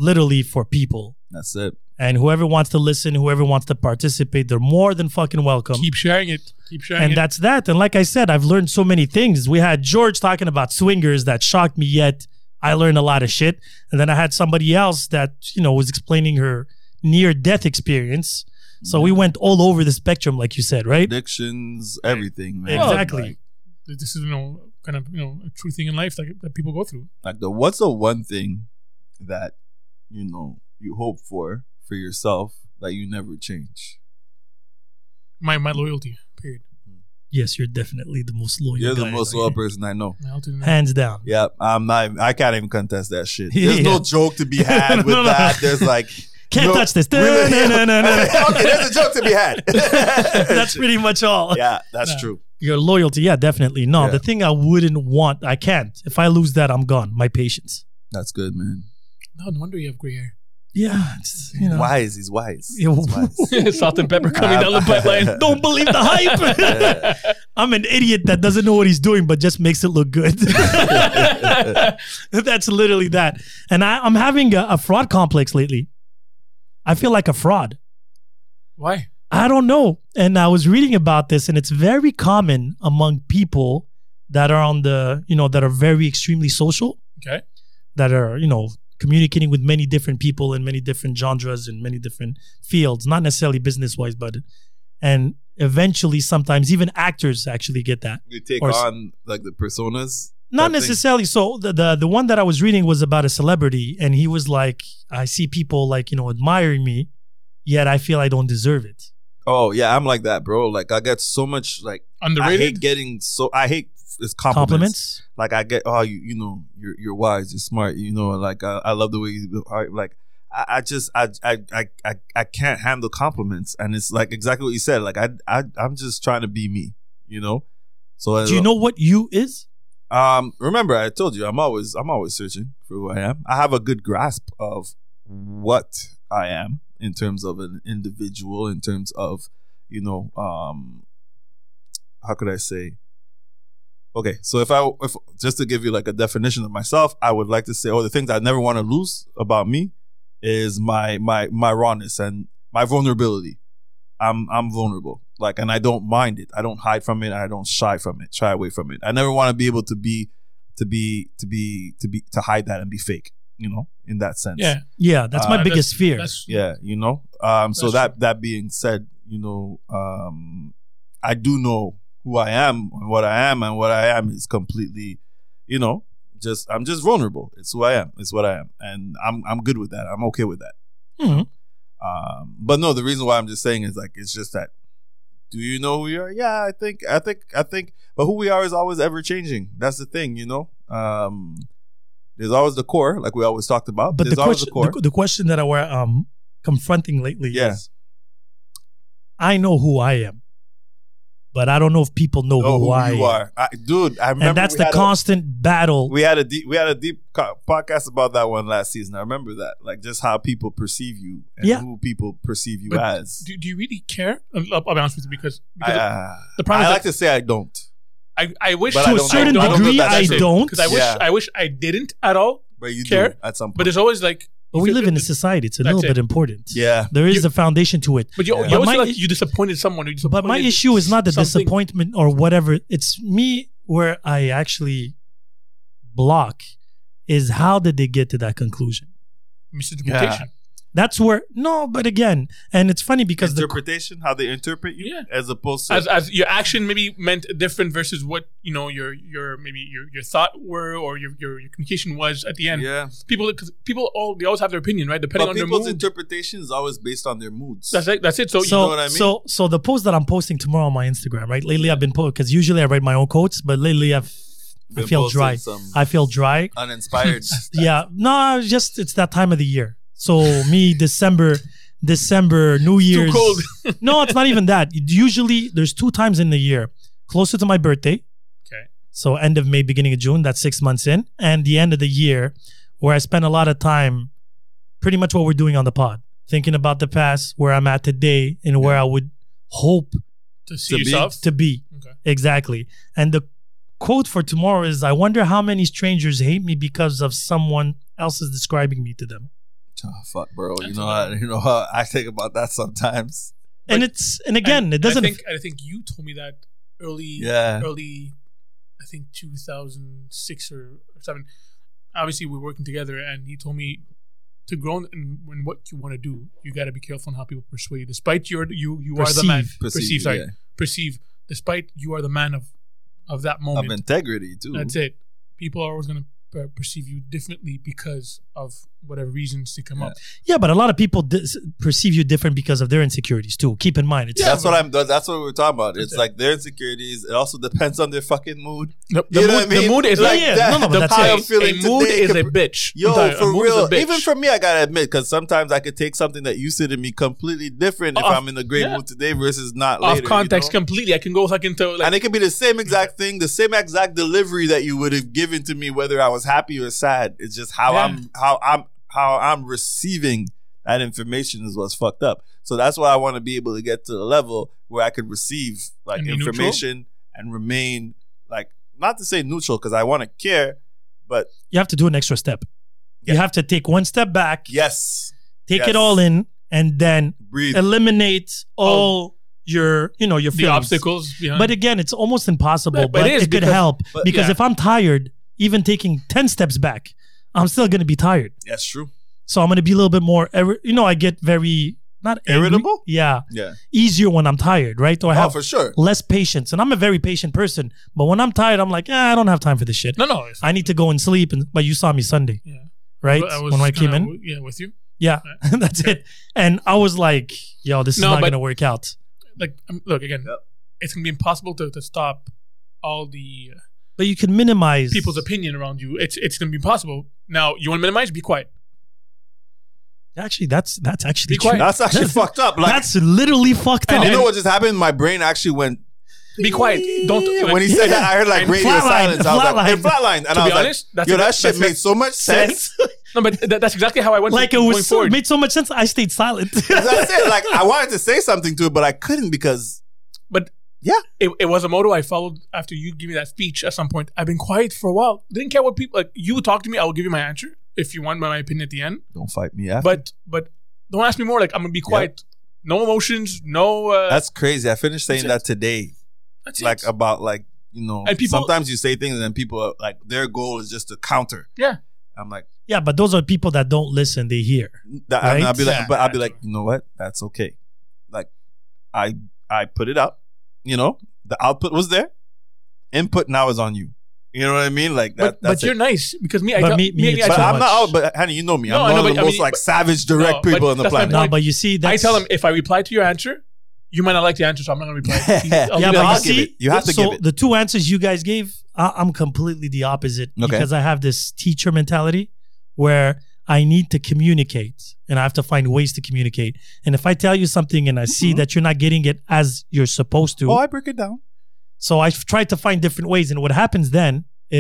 C: literally for people,
B: That's it.
C: and whoever wants to listen, whoever wants to participate, they're more than fucking welcome.
D: Keep sharing it. Keep sharing
C: and
D: it.
C: that's that. And like I said, I've learned so many things. We had George talking about swingers that shocked me, yet I learned a lot of shit. And then I had somebody else that you know was explaining her near death experience. So we went all over the spectrum, like you said, right?
B: Addictions, everything, man.
C: Exactly.
B: Like,
D: this is you know kind of you know a true thing in life like, that people go through.
B: like the what's the one thing that you know you hope for for yourself that you never change?
D: My my loyalty. Period.
C: Yes, you're definitely the most loyal.
B: You're the
C: guy,
B: most
C: like,
B: loyal person I know.
D: I'll do that.
C: hands down.
B: Yeah, I'm not. even- I can't even contest that shit. There's
C: Yeah.
B: no joke to be had with
C: No, no.
B: that. There's like
C: Can't
B: no-
C: touch this.
B: Really?
C: Da-na-na-na-na.
B: okay, there's a joke to be had.
C: That's pretty much all.
B: yeah, that's
D: No.
B: true.
C: Your loyalty, yeah, definitely. No,
B: Yeah.
C: the thing I wouldn't want, I can't. If I lose that, I'm gone. My patience.
B: That's good, man.
D: No, no wonder you have gray hair.
C: Yeah, it's, you know.
B: Wise, he's wise.
C: Yeah,
B: He's wise.
D: Salt and pepper coming down the pipeline.
C: Don't believe the hype.
B: Yeah.
C: I'm an idiot that doesn't know what he's doing, but just makes it look good. That's literally that. And I, I'm having a, a fraud complex lately. I feel like a fraud.
D: Why?
C: I don't know. And I was reading about this, and it's very common among people that are on the, you know, that are very extremely social,
D: Okay.
C: that are, you know, communicating with many different people in many different genres and many different fields, not necessarily business wise, but, and eventually sometimes even actors actually get that.
B: You take
C: Or s-
B: on like the personas. that
C: not
B: thing.
C: necessarily so the, the the one that i was reading was about a celebrity and he was like i see people like you know admiring me yet i feel i don't deserve it
B: Oh yeah, I'm like that, bro. Like I get so much like I
D: Underrated?
B: hate getting so I hate it's compliments.
C: compliments
B: Like I get oh you you know you're you're wise, you're smart, you know. Like I, I love the way you I, like I, I just I, I I I I can't handle compliments, and it's like exactly what you said. Like I I I'm just trying to be me, you know. So I-
C: do you know what you is
B: Um, remember I told you I'm always I'm always searching for who I am. I have a good grasp of what I am in terms of an individual, in terms of you know, um, how could I say? Okay, so if I if just to give you like a definition of myself, I would like to say, oh, the things I never want to lose about me is my my my rawness and my vulnerability. I'm I'm vulnerable. Like and I don't mind it. I don't hide from it. I don't shy from it. Shy away from it. I never want to be able to be to be to be to be to hide that and be fake, you know, in that sense.
D: Yeah.
C: yeah that's
B: Uh,
C: my
B: that's-
C: biggest fear
D: That's
B: Yeah, you know. Um so
D: That's
B: that that being said, you know, um I do know who I am and what I am and what I am is completely, you know, just I'm just vulnerable. It's who I am. It's what I am. And I'm I'm good with that. I'm okay with that.
C: Mhm.
B: Um, but no, the reason why I'm just saying is like it's just that. Do you know who we are? Yeah, I think, I think, I think. But who we are is always ever changing. That's the thing, you know. Um, there's always the core, like we always talked about.
C: but
B: there's
C: the
B: always
C: question
B: the core.
C: the, the question that i were um confronting lately
B: Yeah.
C: is i know who i am but i don't know if people know
B: know
C: who,
B: who
C: I
B: you
C: am
B: are, I, dude. I remember.
C: and that's
B: we
C: the
B: had a-
C: constant battle
B: we had a deep, we had a deep co- podcast about that one last season. I remember that, like just how people perceive you and
C: Yeah.
B: who people perceive you
D: But
B: as.
D: do, do you really care? I'll, I'll be honest with you because,
B: I,
D: because
B: uh,
D: the problem
B: I
D: is
B: like to say I don't.
D: I, I wish
B: But
C: to
B: I
C: a
B: don't-
C: certain
B: I don't know
C: degree
B: that
C: i
B: that's
D: it.
C: don't
D: because I wish
B: Yeah.
D: I wish I didn't at all.
B: But you do
D: Care?
B: at some point.
D: But it's always like
C: but we
D: you feel-
C: live in a society it's a
D: That's
C: little
D: it.
C: bit important
B: yeah,
C: there is
D: You-
C: the foundation to it
D: But you,
B: Yeah.
D: you
C: But
D: always
C: my
D: feel like
C: is-
D: you disappointed someone. You disappointed
C: But my issue is not the
D: something.
C: disappointment or whatever. It's me where I actually block is how did they get to that conclusion?
D: misinterpretation.
C: That's where no, but again, and it's funny because the
B: interpretation, how they interpret you,
D: Yeah.
B: as opposed to
D: As, as your action maybe meant different versus what you know your your maybe your, your thought were or your, your your communication was at the end.
B: yeah.
D: People 'cause people all they always have their opinion right depending
B: But
D: on their
B: people's
D: mood.
B: interpretation is always based on their moods.
D: that's it. That's it. So,
C: so
D: you-
B: Oh, know what I mean?
C: so so the post that I'm posting tomorrow on my Instagram, right? Lately I've been posting because usually I write my own quotes, but lately I've I
B: Been
C: feel
B: posting
C: dry.
B: Some
C: I feel dry.
B: uninspired.
C: Yeah, no, it's just it's that time of the year. So me, December, December, New Year's.
D: cold.
C: no, it's not even that. Usually, there's two times in the year, closer to my birthday.
D: Okay.
C: So end of May, beginning of June. That's six months in, and the end of the year, where I spend a lot of time, pretty much what we're doing on the pod, thinking about the past, where I'm at today, and where I would hope
D: to see
B: To be-
D: yourself.
C: to be.
D: Okay.
C: Exactly. And the quote for tomorrow is I wonder how many strangers hate me because of someone else is describing me to them.
B: oh, fuck, bro. You know, how, you know how I think about that sometimes.
C: and
D: But-
C: it's and again,
D: And
C: it doesn't
D: I think, I think you told me that early.
B: Yeah,
D: early, I think 2006 or seven. Obviously, we were working together, and he told me to grow in, in what you want to do. You got to be careful on how people persuade you. Despite your you you are the man
C: Perceive.
D: perceive, sorry
B: yeah.
D: perceive. Despite you are the man of of that
B: of
D: moment.
B: integrity too.
D: That's it. People are always gonna uh, perceive you differently because of whatever reasons they come up.
C: Yeah, but a lot of people dis- perceive you different because of their insecurities too. Keep in mind, it's
B: That's what I'm. That's what we're talking about. It's like their insecurities. It also depends on their fucking mood.
D: The,
B: You know
D: the mood,
B: what I mean?
D: the mood is
C: Yeah,
D: like
C: yeah,
B: that-
C: no, no, but
B: the
C: that's
B: how
C: it.
B: I'm feeling
D: a mood
B: today
D: is a
B: compar-
D: bitch.
B: Yo,
D: I'm sorry, a
B: for
D: mood is a
B: real.
D: bitch.
B: Even for me, I gotta admit, because sometimes I could take something that you said to me completely different if
D: Off-
B: I'm in a great
D: yeah.
B: mood today versus not
D: off
B: later, you
D: context
B: know?
D: completely, I can go like into like
B: and it could be the same exact thing, the same exact delivery that you would have given to me, whether I was happy or sad. It's just how
D: Yeah.
B: I'm how I'm how I'm receiving that information is what's fucked up. So that's why I want to be able to get to the level where I can receive like
D: And be neutral?
B: information and remain like not to say neutral because I want to care, but
C: you have to do an extra step. You
B: Yeah.
C: have to take one step back,
B: yes,
C: take
B: yes.
C: it all in, and then
B: breathe.
C: eliminate all your you know your
D: Oh. the
C: feelings.
D: obstacles behind.
C: But again, it's almost impossible.
D: But-
C: But,
D: but it
C: it,
D: is
C: could
D: because-
C: help
B: but-
C: because
D: yeah.
C: if I'm tired, even taking ten steps back, I'm still gonna be tired.
B: That's true.
C: So I'm gonna be a little bit more. irri- You know, I get very not angry.
B: Irritable?
C: Yeah,
B: Yeah.
C: easier when I'm tired, right? Or I
B: Oh,
C: have
B: for sure.
C: less patience. And I'm a very patient person, but when I'm tired, I'm like, eh, I don't have time for this shit.
D: no, no, it's-
C: I need to go and sleep. And but you saw me Sunday,
D: yeah.
C: right?
D: I was
C: when I came
D: kinda
C: in,
D: w- yeah, with you.
C: yeah, that's it. And I was like, yo, this is
D: No,
C: not
D: but-
C: gonna work out.
D: Like, um, look again,
B: Yeah.
D: it's gonna be impossible to, to stop all the uh,
C: But you can minimize
D: people's opinion around you. It's it's gonna be impossible. Now, you want to minimize? Be quiet.
C: Actually, that's that's actually
D: Be quiet.
C: true.
B: That's actually fucked up. Like
C: that's literally fucked up.
B: you know what just happened? My brain actually went
D: Be quiet. Don't. like,
B: when he said that, I heard like
D: And
B: radio
C: flatlined,
B: silence. I was like, it
C: flatlined.
B: flatlined. And
D: To
B: I
D: be
B: was
D: honest,
B: like,
D: that's
B: yo, that
D: ex-
B: shit
D: that's
B: made
D: ex-
B: so much sense.
D: no, but th- that's exactly how I went.
C: like it
D: going
C: was so,
D: forward.
C: made so much sense. I stayed silent.
B: that's it. Like, I wanted to say something to it, but I couldn't because
D: But
B: Yeah.
D: it, it was a motto I followed after you give me that speech. At some point, I've been quiet for a while. Didn't care what people like. You talk to me, I will give you my answer if you want my, my opinion at the end.
B: don't fight me. After.
D: But but don't ask me more. Like I'm gonna be quiet. No emotions. No. Uh,
B: that's crazy. I finished saying
D: That's
B: that today,
D: that's
B: like
D: it.
B: about like you know.
D: And people-
B: sometimes you say things and people are, like their goal is just to counter.
D: Yeah.
B: I'm like,
C: yeah, but those are people that don't listen. They hear.
B: that, and I'll
C: Right?
B: be like,
D: Yeah.
B: but I'll be like, you know what? That's okay. Like, I I put it out. You know, the output was there. Input now is on you. You know what I mean? Like that.
D: but but
B: that's it.
D: you're nice because me. I
C: But
D: tell-
C: me- me, it's
B: But
D: I
C: too
D: tell-
B: I'm not.
C: much.
B: Oh, but honey, you know me.
D: No,
B: I'm
D: I
B: one
D: know,
B: of the
D: but I
B: most
D: mean,
B: like
D: but-
B: savage, direct
D: No,
B: people
D: but
B: on the
D: that's my
B: planet.
D: point.
C: No, but you see,
D: I
C: that's,
D: tell him if I reply to your answer, you might not like the answer, so I'm not gonna reply. I'll
C: yeah,
D: be
C: but
D: like,
C: you
B: give
C: see,
B: it. You have to
C: so
B: give it.
C: The two answers you guys gave, I, I'm completely the opposite
B: Okay.
C: because I have this teacher mentality where I need to communicate and I have to find ways to communicate. And if I tell you something and I see
B: Mhm.
C: that you're not getting it as you're supposed to,
B: Oh, I break it down.
C: so I tried to find different ways. And what happens then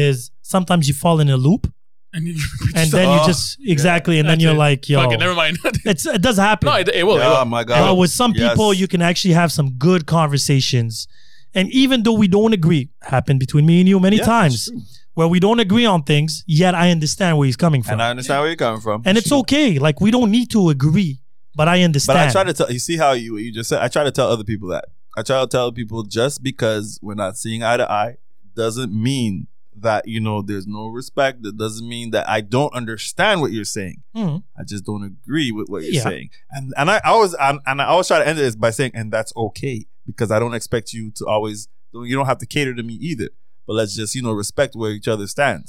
C: is sometimes you fall in a loop
D: and you-
C: and then you
B: Oh,
C: just exactly, and then
D: That's
C: you're
D: it.
C: like, yo,
D: fuck it, never mind.
C: it's it does happen.
D: no, it, it will. it
B: oh
D: will.
B: my
C: But
B: god.
C: with some
B: Yes.
C: people, you can actually have some good conversations. And even though we don't agree, happened between me and you many
B: Yeah,
C: times,
B: it's true.
C: where we don't agree on things, yet I understand where he's coming from.
B: And
C: And,
B: I understand where you're coming from.
C: it's okay. Like, we don't need to agree, but I
B: But
C: understand.
B: I try to tell you see how you you just said I try to tell other people that. I try to tell people just because we're not seeing eye to eye doesn't mean that you know there's no respect. That doesn't mean that I don't understand what you're saying.
C: Mhm.
B: I just don't agree with what you're
C: Yeah.
B: saying. And and I always and, and I always try to end this by saying and that's okay because I don't expect you to always you don't have to cater to me either. But let's just you know respect where each other stands.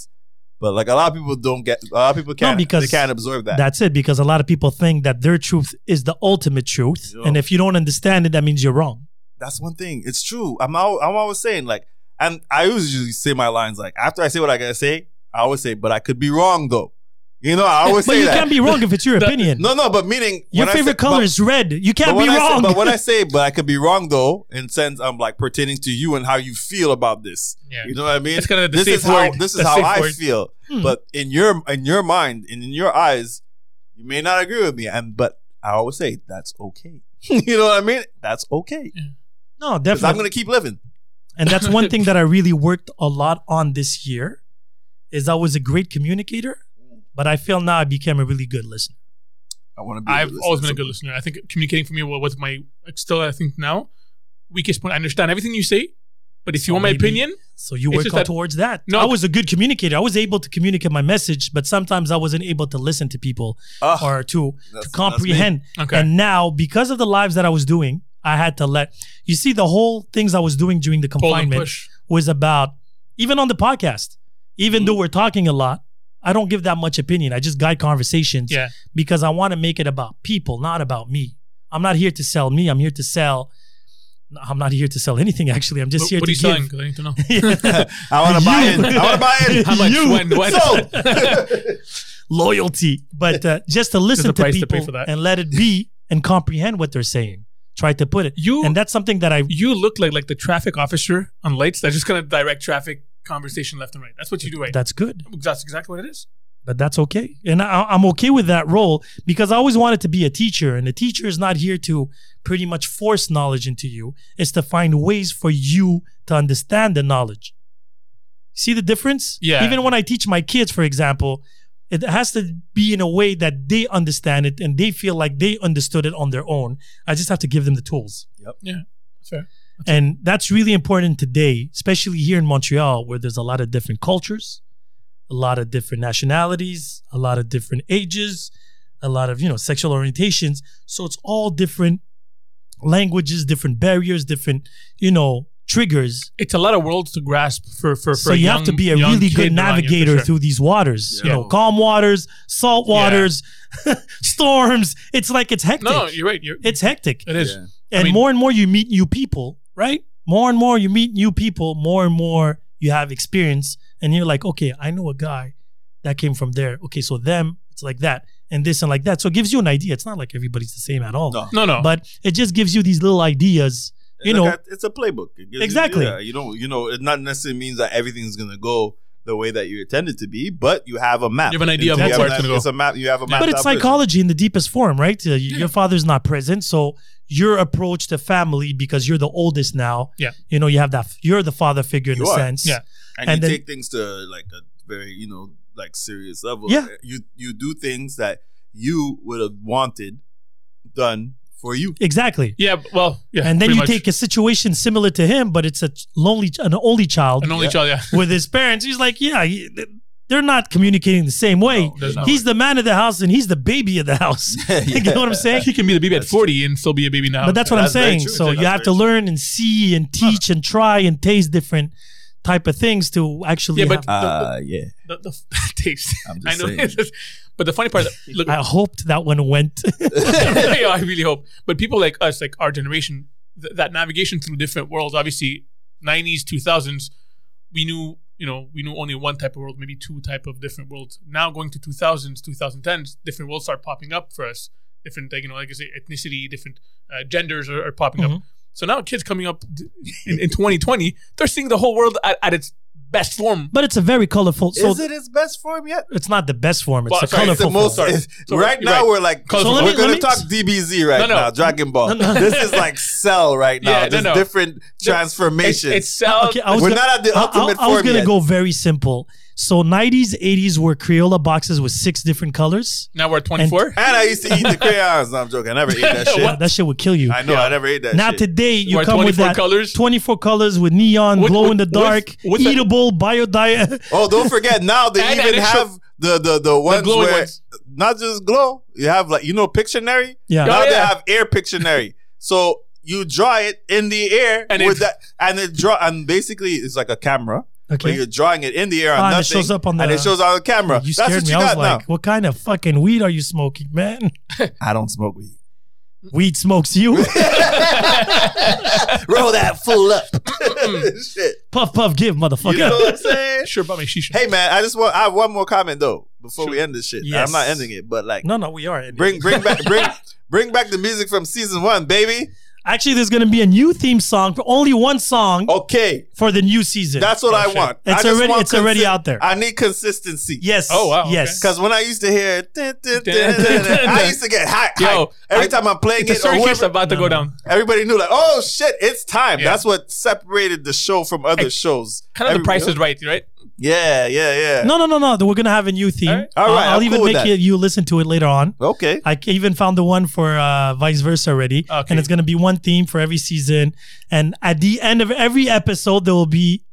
B: But like a lot of people don't get a lot of people can't
C: because
B: they can't absorb that.
C: That's it, because a lot of people think that their truth is the ultimate truth.
B: Yeah.
C: And if you don't understand it, that means you're wrong.
B: that's one thing. It's true. I'm al- I'm always saying like, and I usually say my lines like after I say what I gotta say, I always say, but I could be wrong though. You know, I always
C: but
B: say
C: you
B: that.
C: can't be wrong if it's your
D: That-
C: opinion.
B: no, no, but meaning
C: your
B: when I
C: favorite
B: say-
C: color
B: but-
C: is red. You
B: But
C: can't be
B: when, I say,
C: wrong.
B: but when I say, but I could be wrong though, in sense I'm like pertaining to you and how you feel about this.
D: Yeah.
B: You know what I mean?
D: It's kind of the
B: this
D: safe
B: is how
D: word.
B: this is
D: The
B: how
D: safe
B: I
D: word.
B: feel.
C: Hmm.
B: But in your in your mind and in your eyes, you may not agree with me. And but I always say that's okay. you know what I mean? That's okay.
C: no,
B: Because
C: definitely.
B: I'm gonna keep living.
C: And that's one thing that I really worked a lot on this year is I was a great communicator, but I feel now I became a really good listener.
B: I want to be.
D: I've
B: able to
D: always been a
B: listen
D: good
B: to
D: listener. I think communicating for me wa- was my it's still I think now weakest point. I understand everything you say, but if you
C: So
D: want my
C: Oh, maybe-
D: opinion,
C: So you
D: It's
C: work
D: just
C: on
D: that-
C: towards that.
D: No.
C: I was a good communicator. I was able to communicate my message, but sometimes I wasn't able to listen to people
B: Ugh,
D: Ah,
C: or to
B: Ah, that's-
C: to
B: that's
C: comprehend.
D: Okay.
C: And now because of the lives that I was doing, I had to let you see the whole things I was doing during the
D: pull and
C: confinement
D: push. Mm-hmm.
C: was about even on the podcast, even though we're talking a lot, I don't give that much opinion. I just guide conversations
D: Yeah.
C: because I want to make it about people, not about me. I'm not here to sell me. I'm here to sell. I'm not here to sell anything. Actually, I'm just
D: What,
C: here
D: what
C: to
D: are you selling?
C: give.
D: 'Cause I need to know.
B: I want to buy in. I want to buy in.
D: How much?
C: You.
D: When? When?
B: So,
C: loyalty, but uh, just to listen
D: a
C: to
D: price to pay
C: people
D: for that.
C: and let it be and comprehend what they're saying. Try to put it.
D: You-
C: and that's something that I
D: you look like like the traffic officer on lights that's just gonna direct traffic conversation left and right. That's what you do, right?
C: that's good,
D: That's exactly what it is.
C: but that's okay, and I, I'm okay with that role because I always wanted to be a teacher, and a teacher is not here to pretty much force knowledge into you. It's to find ways for you to understand the knowledge. See the difference?
D: Yeah.
C: Even when I teach my kids, for example. It has to be in a way that they understand it and they feel like they understood it on their own. I just have to give them the tools.
D: That's fair.
C: And that's really important today, especially here in Montreal, where there's a lot of different cultures, a lot of different nationalities, a lot of different ages, a lot of, you know, sexual orientations. So it's all different languages, different barriers, different, you know, triggers.
D: It's a lot of worlds to grasp for for for.
C: so
D: a
C: you
D: young,
C: have to be a
D: young
C: really
D: kid
C: good
D: around you, for
C: navigator
D: sure.
C: through these waters, you
B: Yeah.
C: know, calm waters, salt waters, storms. It's like it's hectic.
D: No, no, you're right. You're,
C: it's hectic
D: it is.
B: Yeah.
C: and
D: mean-
C: more and more you meet new people, right? More and more you meet new people, more and more you have experience, and you're like, okay, I know a guy that came from there. Okay, so them, it's like that, and this and like that. So it gives you an idea. It's not like everybody's the same at all,
B: No.
D: No, no.
C: but it just gives you these little ideas. You know,
B: Like I- it's a playbook. It gives you-
C: Exactly.
B: yeah, you don't. You know, it not necessarily means that everything's gonna go the way that you intended to be, but you have a map.
D: You have an idea of
B: You
C: where
B: have
D: it's
B: a-
D: gonna go.
B: It's a map. You have a map.
C: but it's
B: out there.
C: psychology in the deepest form, right? Uh, y-
D: Yeah.
C: Your father's not present, so your approach to family because you're the oldest now.
D: Yeah.
C: you know, you have that. f- You're the father figure in
B: You
C: a
B: are.
C: sense.
D: Yeah.
B: and,
C: and
B: you
C: then-
B: take things to like a very you know like serious level.
C: Yeah.
B: you you do things that you would have wanted done for you.
C: exactly.
D: yeah. b- Well, yeah.
C: and then
D: pretty
C: you
D: much.
C: take a situation similar to him, but it's a ch- lonely, ch- an only child
D: an only
B: Yeah.
D: child. Yeah.
C: with his parents. He's like, yeah, he- th- they're not communicating the same way.
B: No,
D: there's no
C: he's the man of the house, and he's the baby of the house. you know what I'm saying?
D: He can be the baby at
B: That's true.
D: 40 and still be a baby now.
C: But that's what
B: That's
C: I'm
B: very
C: saying.
B: true.
C: So
B: That's
C: you have
B: very
C: to
B: true.
C: learn and see and teach and try and taste different type of things to actually.
D: Yeah, but-
C: have-
B: Uh, yeah.
D: the, the, the taste.
B: I'm
D: I
B: just
D: know.
B: saying.
D: but the funny part, look,
C: I hoped that one went.
D: yeah, I really hope. But people like us, like our generation, th- that navigation through different worlds, obviously, 90s, 2000s, we knew, you know, we knew only one type of world, maybe two type of different worlds. Now going to 2000s, 2010s, different worlds start popping up for us. Different, like, you know, like I say, ethnicity, different uh, genders are, are popping up.
C: Mhm.
D: So now kids coming up d- in, in 2020, they're seeing the whole world at, at its best form.
C: but it's a very colorful. So
B: Is it its best form yet?
C: it's not the best form. It's
D: Well,
C: a
D: sorry,
B: It's
C: colorful
B: the most.
C: form.
B: it's-
D: So
B: right
D: you're
B: now,
D: right.
B: we're like
D: Colorful.
C: So let
B: we're
C: me-
B: gonna
C: let me-
B: talk DBZ right
D: No, no.
B: now, Dragon Ball.
C: No, no.
B: This is like Cell right now.
D: Yeah, no,
B: There's
D: no.
B: different
D: It's,
B: transformations.
D: it's sound-
C: Okay, uh, I was
B: we're
C: gonna-
B: not at the
C: I- I-
B: ultimate
C: I, was
B: form
C: gonna
B: yet.
C: go very simple. So 90s, 80s were Crayola boxes with six different colors.
D: now we're at 24.
B: and I used to eat the crayons. No, I'm joking. I never ate that
D: What?
B: shit.
C: That shit would kill you.
B: I know. I never ate that.
C: Now
B: shit.
C: today you
D: Why
C: come with
D: 24
C: that
D: colors?
C: 24 colors with neon,
D: What-
C: glow in the
D: what-
C: dark,
D: what's- what's that-
C: eatable, biodiet.
B: Oh, don't forget now they
D: And-
B: even
D: and it's
B: have the the the ones
D: glowing
B: where
D: ones.
B: not just glow. You have like you know Pictionary.
C: Yeah.
B: Now
D: Oh,
B: they
D: yeah.
B: have air Pictionary. So you draw it in the air
D: And
B: and with
D: it-
B: that, and it draw and basically it's like a camera. But
C: Okay.
B: you're drawing it in the air on
C: Ah, and it
B: nothing,
C: shows up on the-
B: and it shows on the camera.
C: You
B: That's
C: scared
B: what
C: me.
B: you
C: I was
B: got
C: like, what kind of fucking weed are you smoking, man?
B: now. I don't smoke weed.
C: Weed smokes you.
B: Roll that fool up.
C: Mm.
B: Shit.
C: puff, puff, give, motherfucker.
B: You know what I'm saying?
D: Sure, about my shisha.
B: Hey man, I just want I have one more comment though before we
D: Sure.
B: end this shit.
C: Yes.
B: I'm not ending it, but like
C: no, no, we are.
B: bring bring back bring bring back the music from season one, baby.
C: Actually, there's going to be a new theme song, for only one song
B: Okay,
C: for the new season.
B: Oh. that's what
D: Oh,
B: I
D: shit.
B: want. I
C: it's
B: just
C: already,
B: want
C: it's already
B: consi-
C: out there.
B: I need consistency.
C: yes.
D: Oh, wow, okay.
C: Yes.
B: Because when I used to hear, dun, dun, dun, dun, dun, I used to get high.
D: Yo,
B: every
D: I-
B: time I'm playing
D: It's a
B: it, or
D: certain case
B: whoever,
D: about to
C: No,
D: go
C: no.
D: down.
B: everybody knew like, oh shit, it's time.
D: Yeah.
B: That's what separated the show from other
D: Ex-
B: shows.
D: Kind of the
B: Every-
D: price is right, right?
B: Yeah, yeah, yeah.
C: No, no, no, no. We're gonna have a new theme.
D: All right.
B: All right,
C: I'll, I'll
B: I'm
C: even
B: cool with
C: make
B: that.
C: you, you listen to it later on.
B: Okay.
C: I c- even found the one for uh, vice versa already,
D: Okay.
C: and it's gonna be one theme for every season. And at the end of every episode, there will be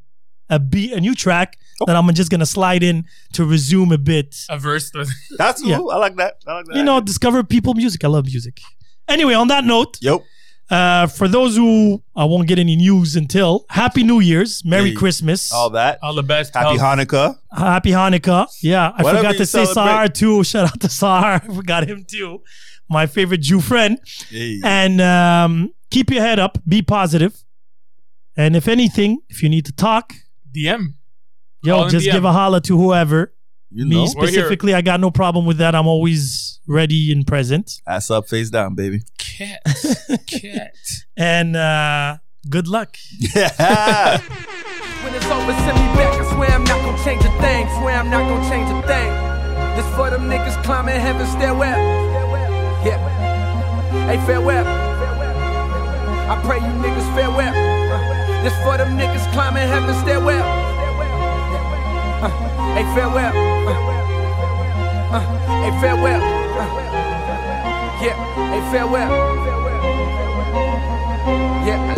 C: a beat, a new track
B: Oh.
C: that I'm just gonna slide in to resume a bit.
D: A verse.
B: That's cool.
C: Yeah.
B: I like that. I like that.
C: You know, discover people music. I love music. Anyway, on that note,
B: Yep.
C: Uh, for those who I won't get any news until Happy New Year's, Merry
B: Hey. Oh,
C: Christmas,
B: All that.
D: All the best.
B: Happy
D: health.
B: Hanukkah.
C: Happy Hanukkah. Yeah, I
B: Whatever
C: forgot
B: you
C: to say Sahar
B: celebrate.
C: too. Shout out to Sahar. I forgot him too, my favorite Jew friend.
B: Hey.
C: And um, keep your head up, be positive, and if anything, if you need to talk,
D: DM. Call
C: yo,
D: in
C: just
D: DM.
C: give a holla to whoever.
B: You know,
C: Me
D: We're here.
C: specifically, I got no problem with that. I'm always ready and present.
B: ass up, face down, baby.
D: Cat. Cat.
C: And uh, good luck.
B: Yeah.
A: When it's over, send me back. I swear I'm not gonna change a thing. Swear I'm not gonna change a thing. This for them niggas climbing heaven's stairwell. Yeah. Hey, farewell. I pray you niggas farewell. Uh, This for them niggas climbing heaven's stairwell. Uh, Hey, farewell. Uh, uh, Hey, farewell. Uh, Yeah. Hey, farewell. Yeah.